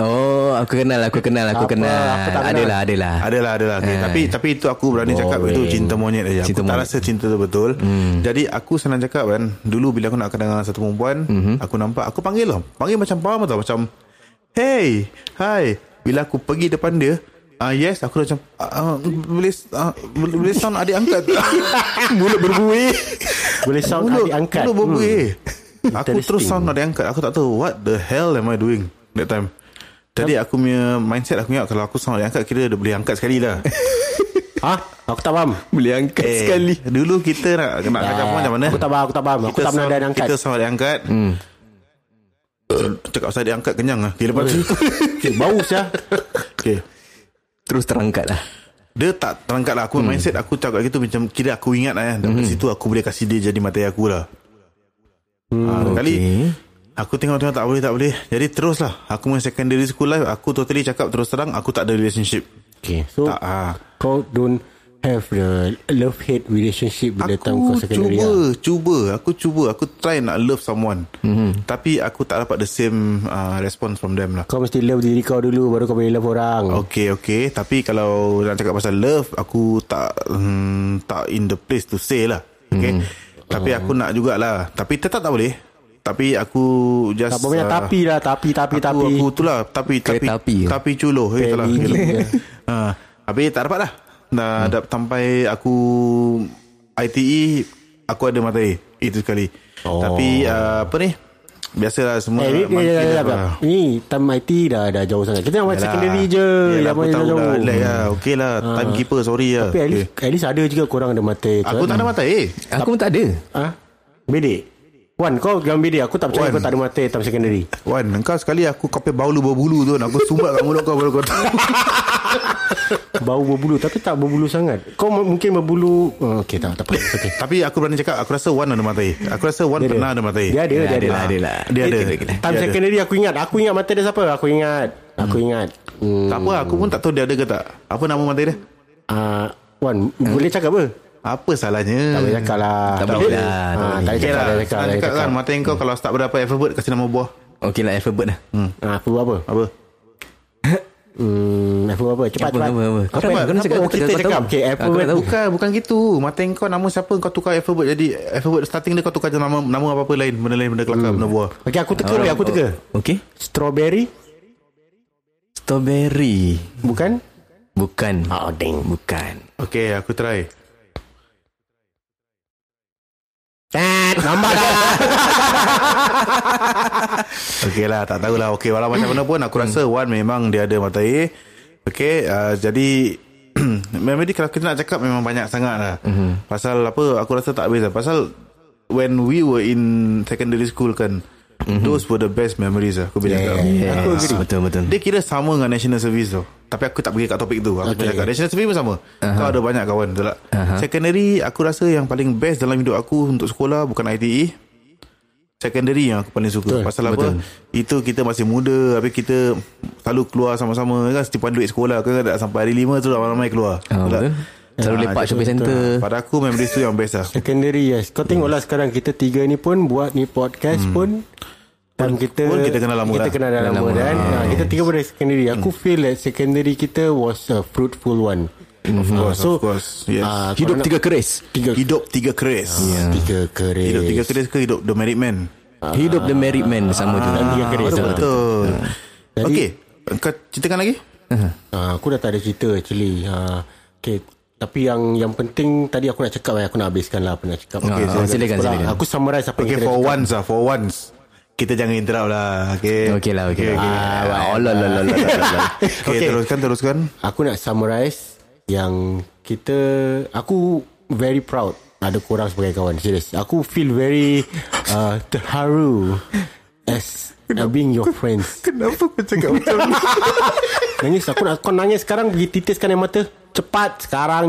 E: Oh aku kenal Aku kenal Aku
F: Apa,
E: kenal lah,
F: apa tak kenal?
E: Adalah Adalah
A: Adalah adalah okay. Tapi tapi itu aku berani cakap
E: Boring.
A: Itu cinta monyet aja
E: Cinta
A: Aku tak
E: monyet.
A: rasa cinta tu betul Jadi aku senang cakap kan Dulu bila aku nak kenal dengan satu perempuan Aku nampak Aku panggil lah Panggil macam faham tau Macam Hey Hi Bila aku pergi depan dia Ah uh, yes aku dah macam uh, boleh uh, boleh sound adik angkat mulut <laughs> berbuih
F: Boleh sound adik angkat
A: Mulut berbuih hmm. Aku
F: Interesting.
A: terus sound adik angkat Aku tak tahu What the hell am I doing That time Tadi aku punya mindset aku ingat Kalau aku sound adik angkat Kira dia boleh angkat sekali lah
F: <laughs> Ha? Aku tak faham
E: Boleh angkat
A: Eh, Dulu kita nak Nak cakap pun macam mana
F: Ya. Aku tak faham Aku tak faham Aku
A: Kita
F: tak pernah
A: sound-
F: ada angkat
A: Kita sound adik angkat hmm. Cakap pasal adik angkat kenyang lah Okay lepas
F: <laughs>
A: tu
F: Eh, Bau sah
A: Okay
E: Terus terangkat lah
A: dia tak terangkat lah Aku hmm. mindset aku cakap gitu Macam kira aku ingat lah eh.
F: Hmm.
A: Dari situ aku boleh kasih dia Jadi mata air aku lah hmm, ha, Kali
E: okay.
A: Aku tengok-tengok tak boleh tak boleh Jadi terus lah Aku punya secondary
F: Oh.
A: school life Aku totally cakap terus terang Aku tak ada relationship
F: Okay So
A: Tak ah.
F: Kau don't have the love hate relationship bila time kau
A: Aku
F: secondary
A: cuba
F: ah.
A: Cuba Aku cuba Aku try nak love someone
F: Hmm.
A: mm-hmm. Tapi aku tak dapat the same uh, Response from them lah
F: Kau mesti love diri kau dulu baru kau boleh love orang.
A: Okay okay Tapi kalau Nak cakap pasal love Aku tak hmm, Tak in the place to say lah Okay
F: Hmm.
A: mm-hmm. Tapi
F: Oh.
A: aku nak jugalah Tapi tetap tak boleh Tapi aku just
F: Tak apa banyak
A: ah,
F: tapi lah tapi tapi
A: aku,
F: tapi.
A: Aku tu lah Tapi tapi
E: Kereta api ke?
A: Tapi culuh eh, tu lah.
F: Tapi, ya.
A: <laughs> ha, Habis tak dapat lah Dah hmm. dah sampai aku ITE Aku ada materi Itu sekali oh. Tapi uh, Apa ni Biasalah semua
F: Eh, ni, ni,
A: monkey
F: ni,
A: lah
F: ni,
A: apa.
F: ni, time IT dah, dah jauh sangat. Kita nak buat
A: Yalah.
F: secondary je.
A: Yalah,
F: yang
A: aku
F: mana
A: tahu
F: jauh.
A: dah Relax lah Okay lah
F: Ah.
A: Timekeeper sorry lah Hmm.
F: Tapi at
A: Okay.
F: least, at least ada juga korang ada mata.
A: Aku tak ada eh. materi
E: Aku pun tak ada.
F: Ha? Bedek? Wan, kau jangan bedek. Aku tak percaya
A: Wan.
F: kau tak ada mata time secondary.
A: Wan kau sekali aku kopi bau lu berbulu tu Aku sumbat kat mulut kau baru kau tahu
F: Bau berbulu. Tapi tak berbulu sangat. Kau m- mungkin berbulu... Oh, okay, tak, tak apa. It's Okay.
A: <laughs> Tapi aku berani cakap Aku rasa Wan ada materi Aku rasa Wan
F: Dia ada.
A: pernah ada eh. materi
F: Dia ada, dia ada.
E: lah, ada lah.
A: Dia ada
F: Time
A: Dia ada.
F: secondary aku ingat. Aku ingat mata dia siapa? Aku ingat. Aku ingat. Hmm.
A: Tak apa aku pun tak tahu dia ada ke tak Apa nama materi dia
F: ah, Wan, boleh cakap apa?
A: Apa salahnya
F: Tak boleh cakap lah.
E: Hmm. Tak boleh lah,
F: Ah,
E: tak boleh.
F: Tak
A: Okay lah
F: boleh cakap. Tak boleh
A: Cakap,
F: cakap. tak boleh
A: cakap kan
F: cakap.
A: Materi kau kalau start berapa alphabet Kasih nama buah
E: Okey lah alphabet dah. Hmm.
F: Ah, Apa apa?
A: Apa
F: Hmm, apa apa?
E: Apa,
F: Cepat cepat.
E: apa, apa? Kau
F: Apa,
E: apa, kau nak cakap
F: apa?
E: apa?
F: Kita
E: Kau tahu?
F: cakap. Okay,
E: Aku
F: apa
E: tak
F: apa?
E: tahu.
A: Bukan bukan gitu Materi kau nama siapa Kau tukar alphabet Jadi alphabet starting dia Kau tukar je nama Nama apa-apa lain Benda lain benda kelakar Benda buah
F: Okay, aku teka weh, aku teka.
E: Okey.
F: Strawberry
E: Strawberry.
F: bukan?
E: Bukan.
F: Oh, ding.
E: Bukan.
A: Okay aku try
F: Tat, nampak
A: <laughs>
F: dah.
A: Okay lah tak tahulah Okay walau macam mana pun Aku rasa Wan memang dia ada materi Okay uh, Jadi <clears throat> Memang dia kalau kita nak cakap Memang banyak sangat lah mm-hmm.
F: Mhm.
A: Pasal apa Aku rasa tak habis lah Pasal When we were in Secondary school kan
F: Mhm.
A: mm-hmm. Those were the best memories lah Aku boleh cakap
E: Yes.
A: Aku agree.
E: Betul betul.
A: Dia kira sama dengan national service tu Tapi aku tak pergi kat topik tu Aku okay. cakap National service pun sama uh-huh. Kau ada banyak kawan betul tak uh-huh. Secondary Aku rasa yang paling best dalam hidup aku Untuk sekolah Bukan ITE Secondary yang aku paling suka betul, Pasal betul. apa Itu kita masih muda Habis kita Selalu keluar sama-sama kan Setipan duit sekolah kan Dah sampai hari lima Terus ramai-ramai keluar Betul
E: Ah,
A: tak?
E: betul. Selalu
A: Ah,
E: lepak
A: itu
E: shopping
A: betul.
E: centre.
A: Pada aku memories tu yang <laughs> best lah
F: Secondary yes. Kau tengoklah sekarang kita tiga ni pun buat ni podcast pun dan kita
A: Hmm. pun kita kenal lama Hmm.
F: kita
A: dah.
F: kenal dah lama,
E: Lama.
F: dan ah, kita tiga pun dari secondary. Aku feel that secondary kita was a fruitful one. Ah, Of
A: course, of course. Yes.
E: Hidup tiga keris.
F: tiga
A: Hidup tiga keris yeah.
F: tiga keris.
A: Hidup tiga keris ke Hidup the married man
E: Hidup the married man sama juga.
F: Dan tiga keris.
A: Betul,
F: Ah.
A: betul.
F: Jadi-
A: Okay Kau ceritakan lagi
F: Ah, aku dah tak ada cerita actually. Ah, okay. Tapi yang yang penting tadi aku nak cakap eh, aku nak habiskan lah apa nak cakap.
E: Okay,
F: Ah,
E: silakan,
F: sekolah.
E: silakan.
F: Aku summarize apa
A: Okay
F: yang kita
A: for
F: cakap.
A: once lah For once Kita jangan interrupt lah Okay
E: Okey lah, okey.
A: okay.
E: Ah, oh, lah, lah, lah, lah, lah, lah.
A: Okay, okay teruskan teruskan
F: Aku nak summarize yang kita aku very proud ada korang sebagai kawan serius. Aku feel very uh, terharu as uh, being your friends.
A: <laughs> Kenapa kau cakap macam ni
F: Nangis aku nak kau nangis sekarang pergi titiskan air mata. Cepat sekarang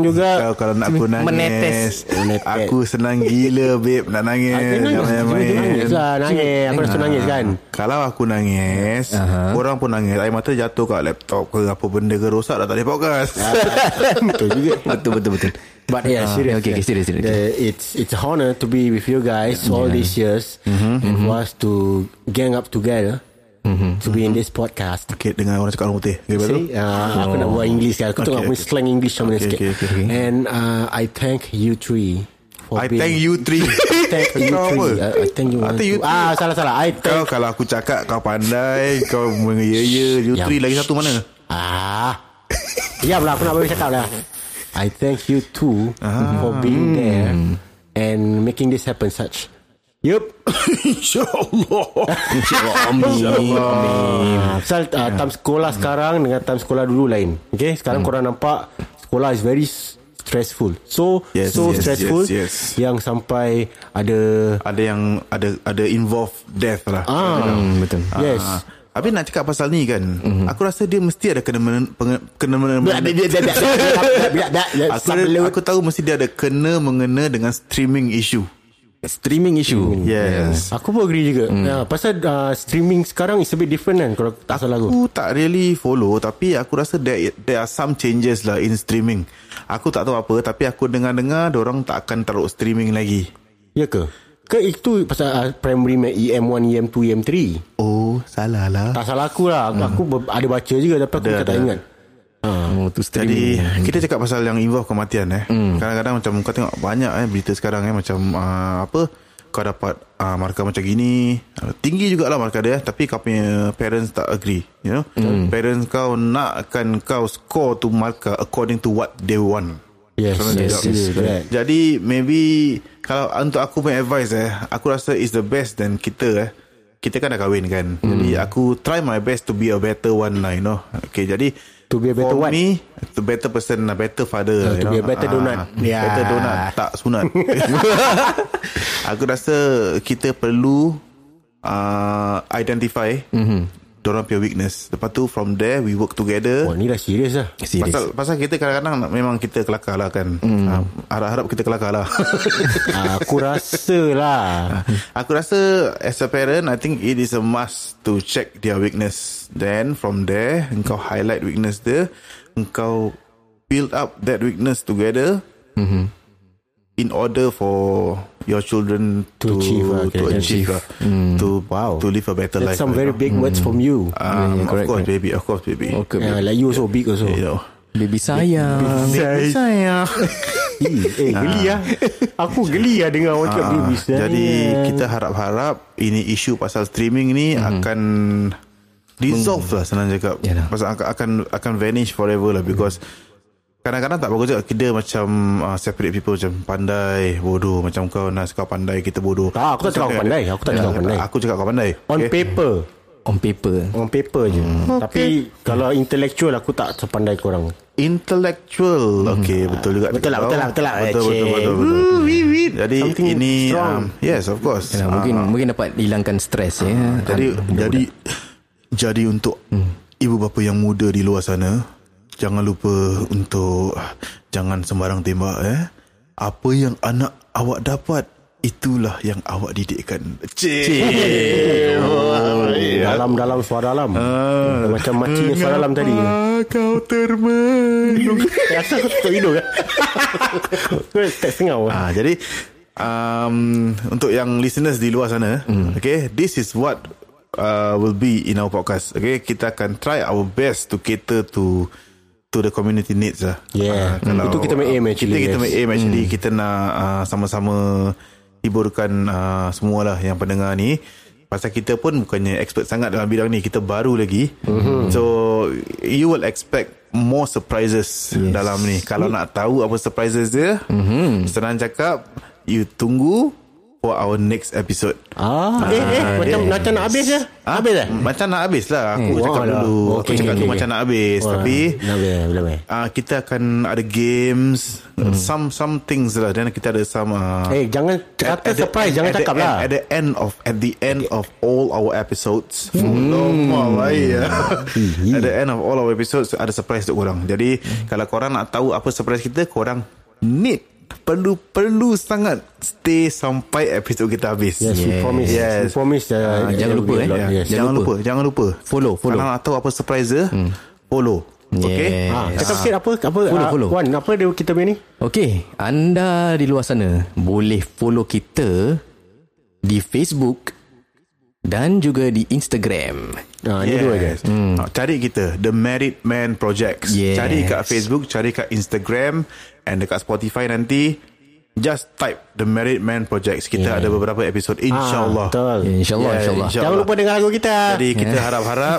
A: Kau
F: juga.
A: kalau nak aku nangis
E: Menetes.
F: Eh, Menetes.
A: Aku senang gila babe Nak nangis
F: Ah, dia nangis.
A: Jangan
F: Dia nangis lah, nangis. Aku dah suruh nangis kan.
A: Kalau aku nangis uh-huh. Orang pun nangis Air mata jatuh kat laptop ke Apa benda ke rosak Dah tak ada podcast
F: Ah. <laughs> Betul juga.
E: <laughs> <laughs> Betul betul betul.
F: But yeah,
E: Ah,
F: serious.
E: okay, okay,
F: yeah.
E: serious, serious.
F: Uh, it's it's a honor to be with you guys all these years and for us to gang up together to be in this podcast.
A: Okay dengan orang cakap orang putih Okay betul
F: See, uh, aku nak buat English kan. Aku
A: Okay,
F: tengok aku
A: okay.
F: slang English sama
A: Okay,
F: sikit.
A: okay, okay, okay.
F: And uh, I thank you three for
A: I
F: being
A: thank you three
F: oh, <laughs>
A: <laughs>
F: Thank you
A: Kau
F: three.
A: apa?
F: I, I thank you.
A: I
F: one,
A: thank you
F: two. Ah, salah salah. I
A: Kau
F: thank
A: kalau aku cakap Kau pandai Kau mengeyel You
F: Yang-
A: three lagi satu mana
F: Ah. Diam lah aku nak bagi cakap lah. I thank you too ah. for being there and making this happen such. Yup.
A: <laughs> InsyaAllah
E: InsyaAllah. Amin. Amin.
F: Ah, Pasal uh,
A: Ya.
F: time sekolah sekarang dengan time sekolah dulu lain. Okay, sekarang
A: Hmm.
F: korang nampak sekolah is very s- stressful. So
A: Yes,
F: so
A: yes,
F: stressful
A: yes, yes.
F: yang sampai ada
A: Ada yang Ada ada involve death lah
F: ah
E: Hmm, betul.
F: yes.
A: Ah. Habis nak cakap pasal ni kan mm-hmm. Aku rasa dia mesti ada kena-mena Kena-mena
F: Aku
A: aku, aku tahu mesti dia ada kena mengena dengan streaming issue
E: Streaming issue
A: Yes
F: Aku pun agree juga hmm. ya, Pasal uh, streaming sekarang Is a bit different kan Kalau tak salah aku
A: Aku tak really follow Tapi aku rasa There, there are some changes lah In streaming Aku tak tahu apa Tapi aku dengar-dengar Diorang tak akan taruh streaming lagi
F: Ya ke? Ke itu pasal uh, primary math EM1, EM2, EM3
A: Oh Salah lah
F: E Tak salah aku lah Aku, aku ber- ada baca juga Tapi aku
A: Ada,
F: macam tak
A: ada.
F: ingat
E: Oh tu
A: Ah. Jadi
E: streaming
A: kita cakap pasal yang involve kematian eh. Mm. Kadang-kadang macam kau tengok banyak eh berita sekarang eh macam uh, apa kau dapat uh, markah macam gini uh, tinggi jugalah markah dia eh, tapi kau punya parents tak agree you know mm. parents kau nakkan kau score tu markah according to what they want
F: Yes,
A: Macam mana
F: yes,
A: cakap?
F: yes, correct.
A: jadi maybe kalau untuk aku punya advice eh aku rasa is the best dan kita eh kita kan dah kahwin kan
F: Hmm.
A: mm. jadi aku try my best to be a better one lah you know okay jadi
F: To be a better
A: for
F: what?
A: me to better person a better father
F: Ah, to
A: you
F: be
A: know.
F: a better donut.
A: yeah.
F: Yeah.
A: better donut tak
F: <laughs>
A: sunat aku rasa kita perlu uh, identify mm-hmm. Diorang punya weakness Lepas tu from there We work together
F: Wah ni dah serius lah
A: <laughs>
E: Serius.
A: Pasal, pasal kita kadang-kadang nak- Memang kita kelakar lah kan mm.
F: Hmm.
A: uh, Harap-harap kita kelakar lah <laughs>
F: Ah, Aku rasa lah
A: Aku rasa As a parent I think it is a must To check their weakness Then from there Engkau highlight weakness dia Engkau Build up that weakness together
F: Mm-hmm.
A: In order for Your children To,
F: To achieve lah,
A: To
F: kira-kira.
A: achieve lah, To
F: Wow.
A: To live a better life
F: That's some very
A: you know.
F: big words from
A: um, Of
F: you
E: correct,
A: course
E: correct.
A: baby Of course baby
E: Okay
F: Yeah, Like you also big also
A: You know
E: Baby sayang
A: Baby <laughs> sayang
F: Eh geli lah
A: <laughs>
F: Aku geli eh. lah dengar orang cakap
A: Ah,
F: baby sayang.
A: Jadi kita harap-harap ini isu pasal streaming ni
F: Mhm.
A: akan dissolve lah senang cakap.
E: Yalah.
A: Pasal akan akan akan vanish forever lah because kadang-kadang tak bagus juga kita macam uh, separate people macam pandai, bodoh macam kau Nas kau pandai, kita bodoh.
F: Tak, aku tak cakap kau pandai. Aku tak cakap kau pandai.
A: Ya, Aku cakap kau pandai.
F: On paper
E: On paper
F: On paper je hmm. Tapi Kalau intellectual Aku tak sepandai korang
A: Intellectual Okay betul juga
F: Mhm. Betul lah,
A: Kau.
F: betul lah, betul lah.
A: Betul
F: Cik.
A: betul betul, betul. Jadi
F: Something
A: ini
F: strong.
A: um, Yes of course
E: Yalah,
A: Ah,
E: mungkin
A: ah.
E: mungkin dapat hilangkan stres ya.
A: Jadi jadi jadi untuk ibu bapa yang muda di luar sana, jangan lupa untuk jangan sembarang tembak eh. Apa yang anak awak dapat Itulah yang awak didikkan Cik
F: Dalam-dalam suara dalam
A: Ah.
F: Macam makcik suara dalam tadi
A: Kau termenung
F: <laughs> Eh, <laughs> Asal aku tutup hidung kan Kau tak sengau
A: Ah, jadi um, untuk yang listeners di luar sana, mm. okay, this is what uh, will be in our podcast. Okay, kita akan try our best to cater to to the community needs lah.
F: Yeah. Hmm,
A: Ah, kalau-
F: Itu kita main aim actually,
A: Kita, kita
F: guys. Hmm.
A: main aim actually. Kita nak uh, sama-sama hiburkan uh, semualah yang pendengar ni. Pasal kita pun bukannya expert sangat dalam bidang ni. Kita baru lagi.
F: Mhm.
A: Mm-hmm. So, you will expect more surprises yes. dalam ni. Kalau nak tahu apa surprises dia,
F: Mhm.
A: mm-hmm. senang cakap, you tunggu for our next episode.
F: Ah, eh, eh, macam, macam nak habis je
A: Ah,
F: Habis dah
A: Macam nak habis lah. Aku
F: Eh,
A: cakap
F: wah lah.
A: dulu. aku
F: Okay,
A: cakap
F: okay,
A: tu
F: okay.
A: macam nak habis.
F: Wah,
A: Tapi,
F: Dah habis eh, dah habis
A: uh, kita akan ada games hmm. some some things lah dan kita ada some uh,
F: Eh jangan
A: at-
F: Kata
A: at the
F: surprise
A: end-
F: Jangan
A: at the
F: cakap
A: end-
F: lah
A: at the end of at the end of all our episodes hmm. ya.
F: Hmm,
A: at the end of all our episodes ada surprise untuk korang jadi kalau korang nak tahu apa surprise kita korang need perlu perlu sangat stay sampai episod kita habis
F: Yes, we promise.
A: yes.
F: We promise. Uh,
E: jangan lupa, eh.
A: Yeah.
F: Yes. Ah,
E: Jangan
A: Jangan lupa.
E: lupa.
A: Jangan lupa
E: Follow, follow.
A: Kalau nak tahu apa surprise dia hmm. Follow Ha. Okay
E: Yes.
F: Ah, cakap sikit apa apa
E: Follow,
F: ah,
E: follow.
F: Wan, apa dia kita punya ni?
E: Okey, anda di luar sana boleh follow kita di Facebook dan juga di Instagram.
F: Ah, ni dua je.
A: Hmm. Cari kita The Married Man Projects
E: Yes.
A: Cari kat Facebook Cari kat Instagram And dekat Spotify nanti Just type The Married Man Projects Kita yeah. ada beberapa episod InsyaAllah
F: Ah, betul.
E: Ya, InsyaAllah,
A: Yeah,
E: insyaAllah.
A: insya-
F: Jangan lupa dengar lagu kita.
A: Jadi kita harap-harap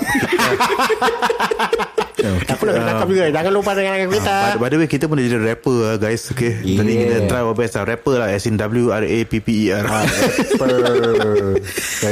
F: Aku nak kena cakap juga. Jangan lupa dengar lagu kita.
A: by, by the way kita pun dah jadi rapper lah guys Okay yeah. Tadi kita try our best lah Rapper lah As in W-R-A-P-P-E-R
F: Very
A: E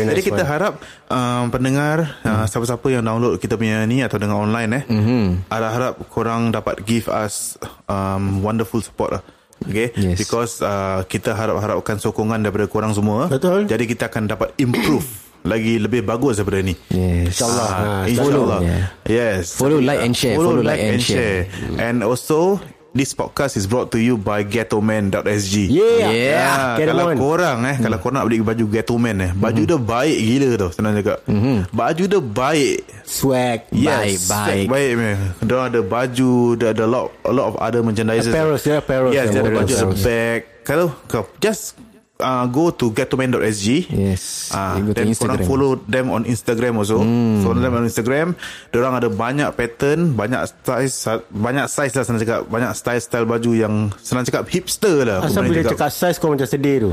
A: Jadi
F: nice
A: kita
F: one.
A: harap um, pendengar uh, siapa-siapa yang download kita punya ni atau dengar online eh mm-hmm. harap korang dapat give us um, wonderful support lah. Okay
E: Yes.
A: Because uh, Kita harap-harapkan sokongan Daripada korang semua
F: Betul.
A: Jadi kita akan dapat improve Lagi lebih bagus daripada ni
E: Yes.
F: InsyaAllah.
A: Ah,
F: Ah,
A: InsyaAllah
E: follow.
A: Yes
E: Follow, like and share. Follow, like and share.
A: And also This podcast is brought to you by ghettoman.sg.
F: Yeah.
E: Yeah.
A: Ah,
F: Get
A: kalau
F: on. Hmm.
A: korang eh Kalau korang nak beli baju ghetto man eh Baju dia baik gila tau Senang cakap
F: Hmm.
A: Baju dia baik
F: Swag.
E: Yes. Baik, baik.
A: Baik man Dia orang ada baju Dia ada a lot, a lot of other merchandise
F: Apparel, yeah, apparel.
A: Yes dia ada
F: Apparel,
A: baju ada
F: apparel.
A: bag Kalau kau Just uh, Go to ghettoman.sg
E: Yes.
A: Ah,
E: You go to
A: then korang
E: Instagram.
A: follow them on Instagram also. Mm. Follow them on Instagram. Diorang ada banyak pattern, banyak size, banyak size lah senang cakap. Banyak style-style baju yang senang cakap hipster lah. aku
F: Asal
A: boleh
F: bila cakap size kau macam sedih tu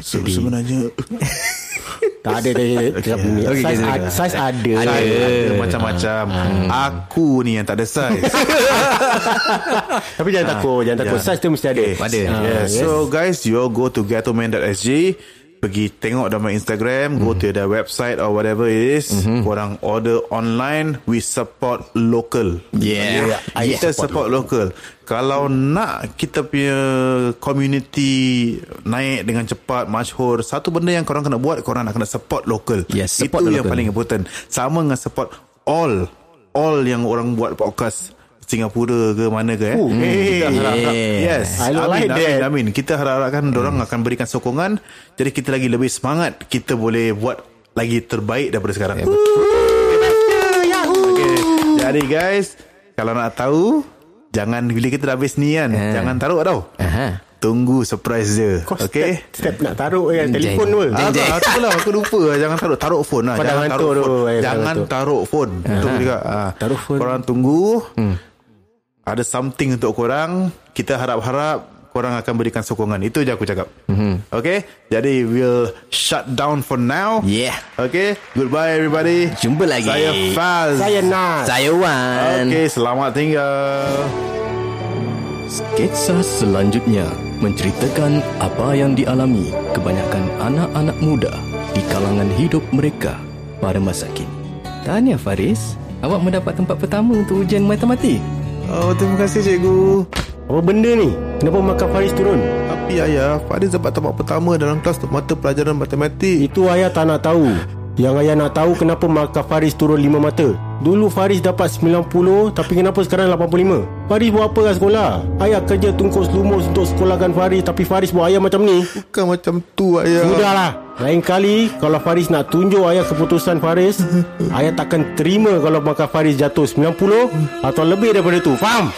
A: Se- sebenarnya
F: Tak ada
A: <laughs>
F: tadi Cakap bunyi
A: Okay,
F: Size
A: okay,
F: ad-
A: okay.
F: size ada
A: Ada, ada macam-macam. Aku ni yang tak ada size.
F: Tapi
A: Ah,
F: jangan takut Jangan takut
A: Yeah.
F: Size tu mesti ada
E: Ada.
F: Ah,
A: Yes.
F: yes.
A: So guys, you all go to ghettoman.sg pergi tengok dalam Instagram, go to their website or whatever it is. Korang order online, we support local.
E: Yeah.
A: I kita support, local. Kalau nak kita punya community naik dengan cepat, masyhur, satu benda yang korang kena buat, korang nak kena support local.
E: Yes, support
A: Itu
E: the
A: yang
E: local.
A: paling important. Sama dengan support all all yang orang buat podcast Singapura ke mana ke eh.
F: Ooh, hey.
A: Kita harap-harap-
E: Yeah.
A: Yes. amin,
F: I
A: Hmm.
F: like
A: amin,
F: that.
A: Amin. Kita harap-harapkan dorang akan berikan sokongan jadi kita lagi lebih semangat kita boleh buat lagi terbaik daripada sekarang. Yeah, okay. Jadi guys, kalau nak tahu jangan bila kita dah habis ni kan,
E: Ah.
A: jangan taruh tau.
E: Aha.
A: Tunggu surprise dia.
F: Kau
A: Okay.
F: step, step nak taruh eh, Telefon tu
A: Ah, tak, aku lah aku lupa jangan taruh taruh phone lah
F: Kau dah
A: jangan taruh
F: ngantuk
A: phone
F: tu, eh,
A: jangan
F: ngantuk.
A: taruh phone betul juga ah
F: Taruh phone. Hmm.
A: korang tunggu ada something untuk korang kita harap-harap korang akan berikan sokongan itu je aku cakap
F: Mhm.
A: mm-hmm. okay jadi we'll shut down for now
E: Yeah.
A: okay goodbye everybody
E: Jumpa lagi.
A: saya Faz
F: Saya nak
E: Saya Wan.
A: okay selamat tinggal
E: Sketsa selanjutnya menceritakan apa yang dialami kebanyakan anak-anak muda di kalangan hidup mereka pada masa kini. Tahniah Faris, awak mendapat tempat pertama untuk ujian matematik.
A: oh terima kasih cikgu
F: Apa benda ni Kenapa makan Faris turun
A: tapi ayah Fadil dapat tempat pertama dalam kelas mata pelajaran matematik
F: Itu ayah tak nak tahu Yang ayah nak tahu Kenapa markah Faris turun 5 mata Dulu Faris dapat 90 Tapi kenapa sekarang 85 Faris buat apa kat sekolah Ayah kerja tungkus lumus Untuk sekolahkan Faris Tapi Faris buat ayah macam ni
A: Bukan macam tu ayah
F: Sudahlah Lain kali Kalau Faris nak tunjuk ayah keputusan Faris Ayah takkan terima Kalau markah Faris jatuh 90 Atau lebih daripada tu Faham?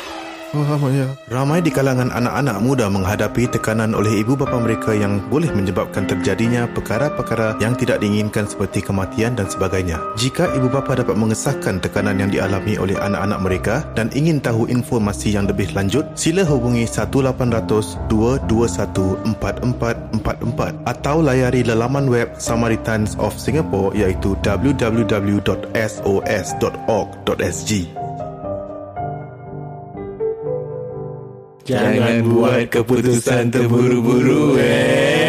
A: Ramai di kalangan anak-anak muda menghadapi tekanan oleh ibu bapa mereka yang boleh menyebabkan terjadinya perkara-perkara yang tidak diinginkan seperti kematian dan sebagainya. Jika ibu bapa dapat mengesahkan tekanan yang dialami oleh anak-anak mereka dan ingin tahu informasi yang lebih lanjut, sila hubungi 1800 221 4444 atau layari laman web Samaritans of Singapore iaitu www.sos.org.sg.
E: Jangan buat keputusan terburu-buru eh.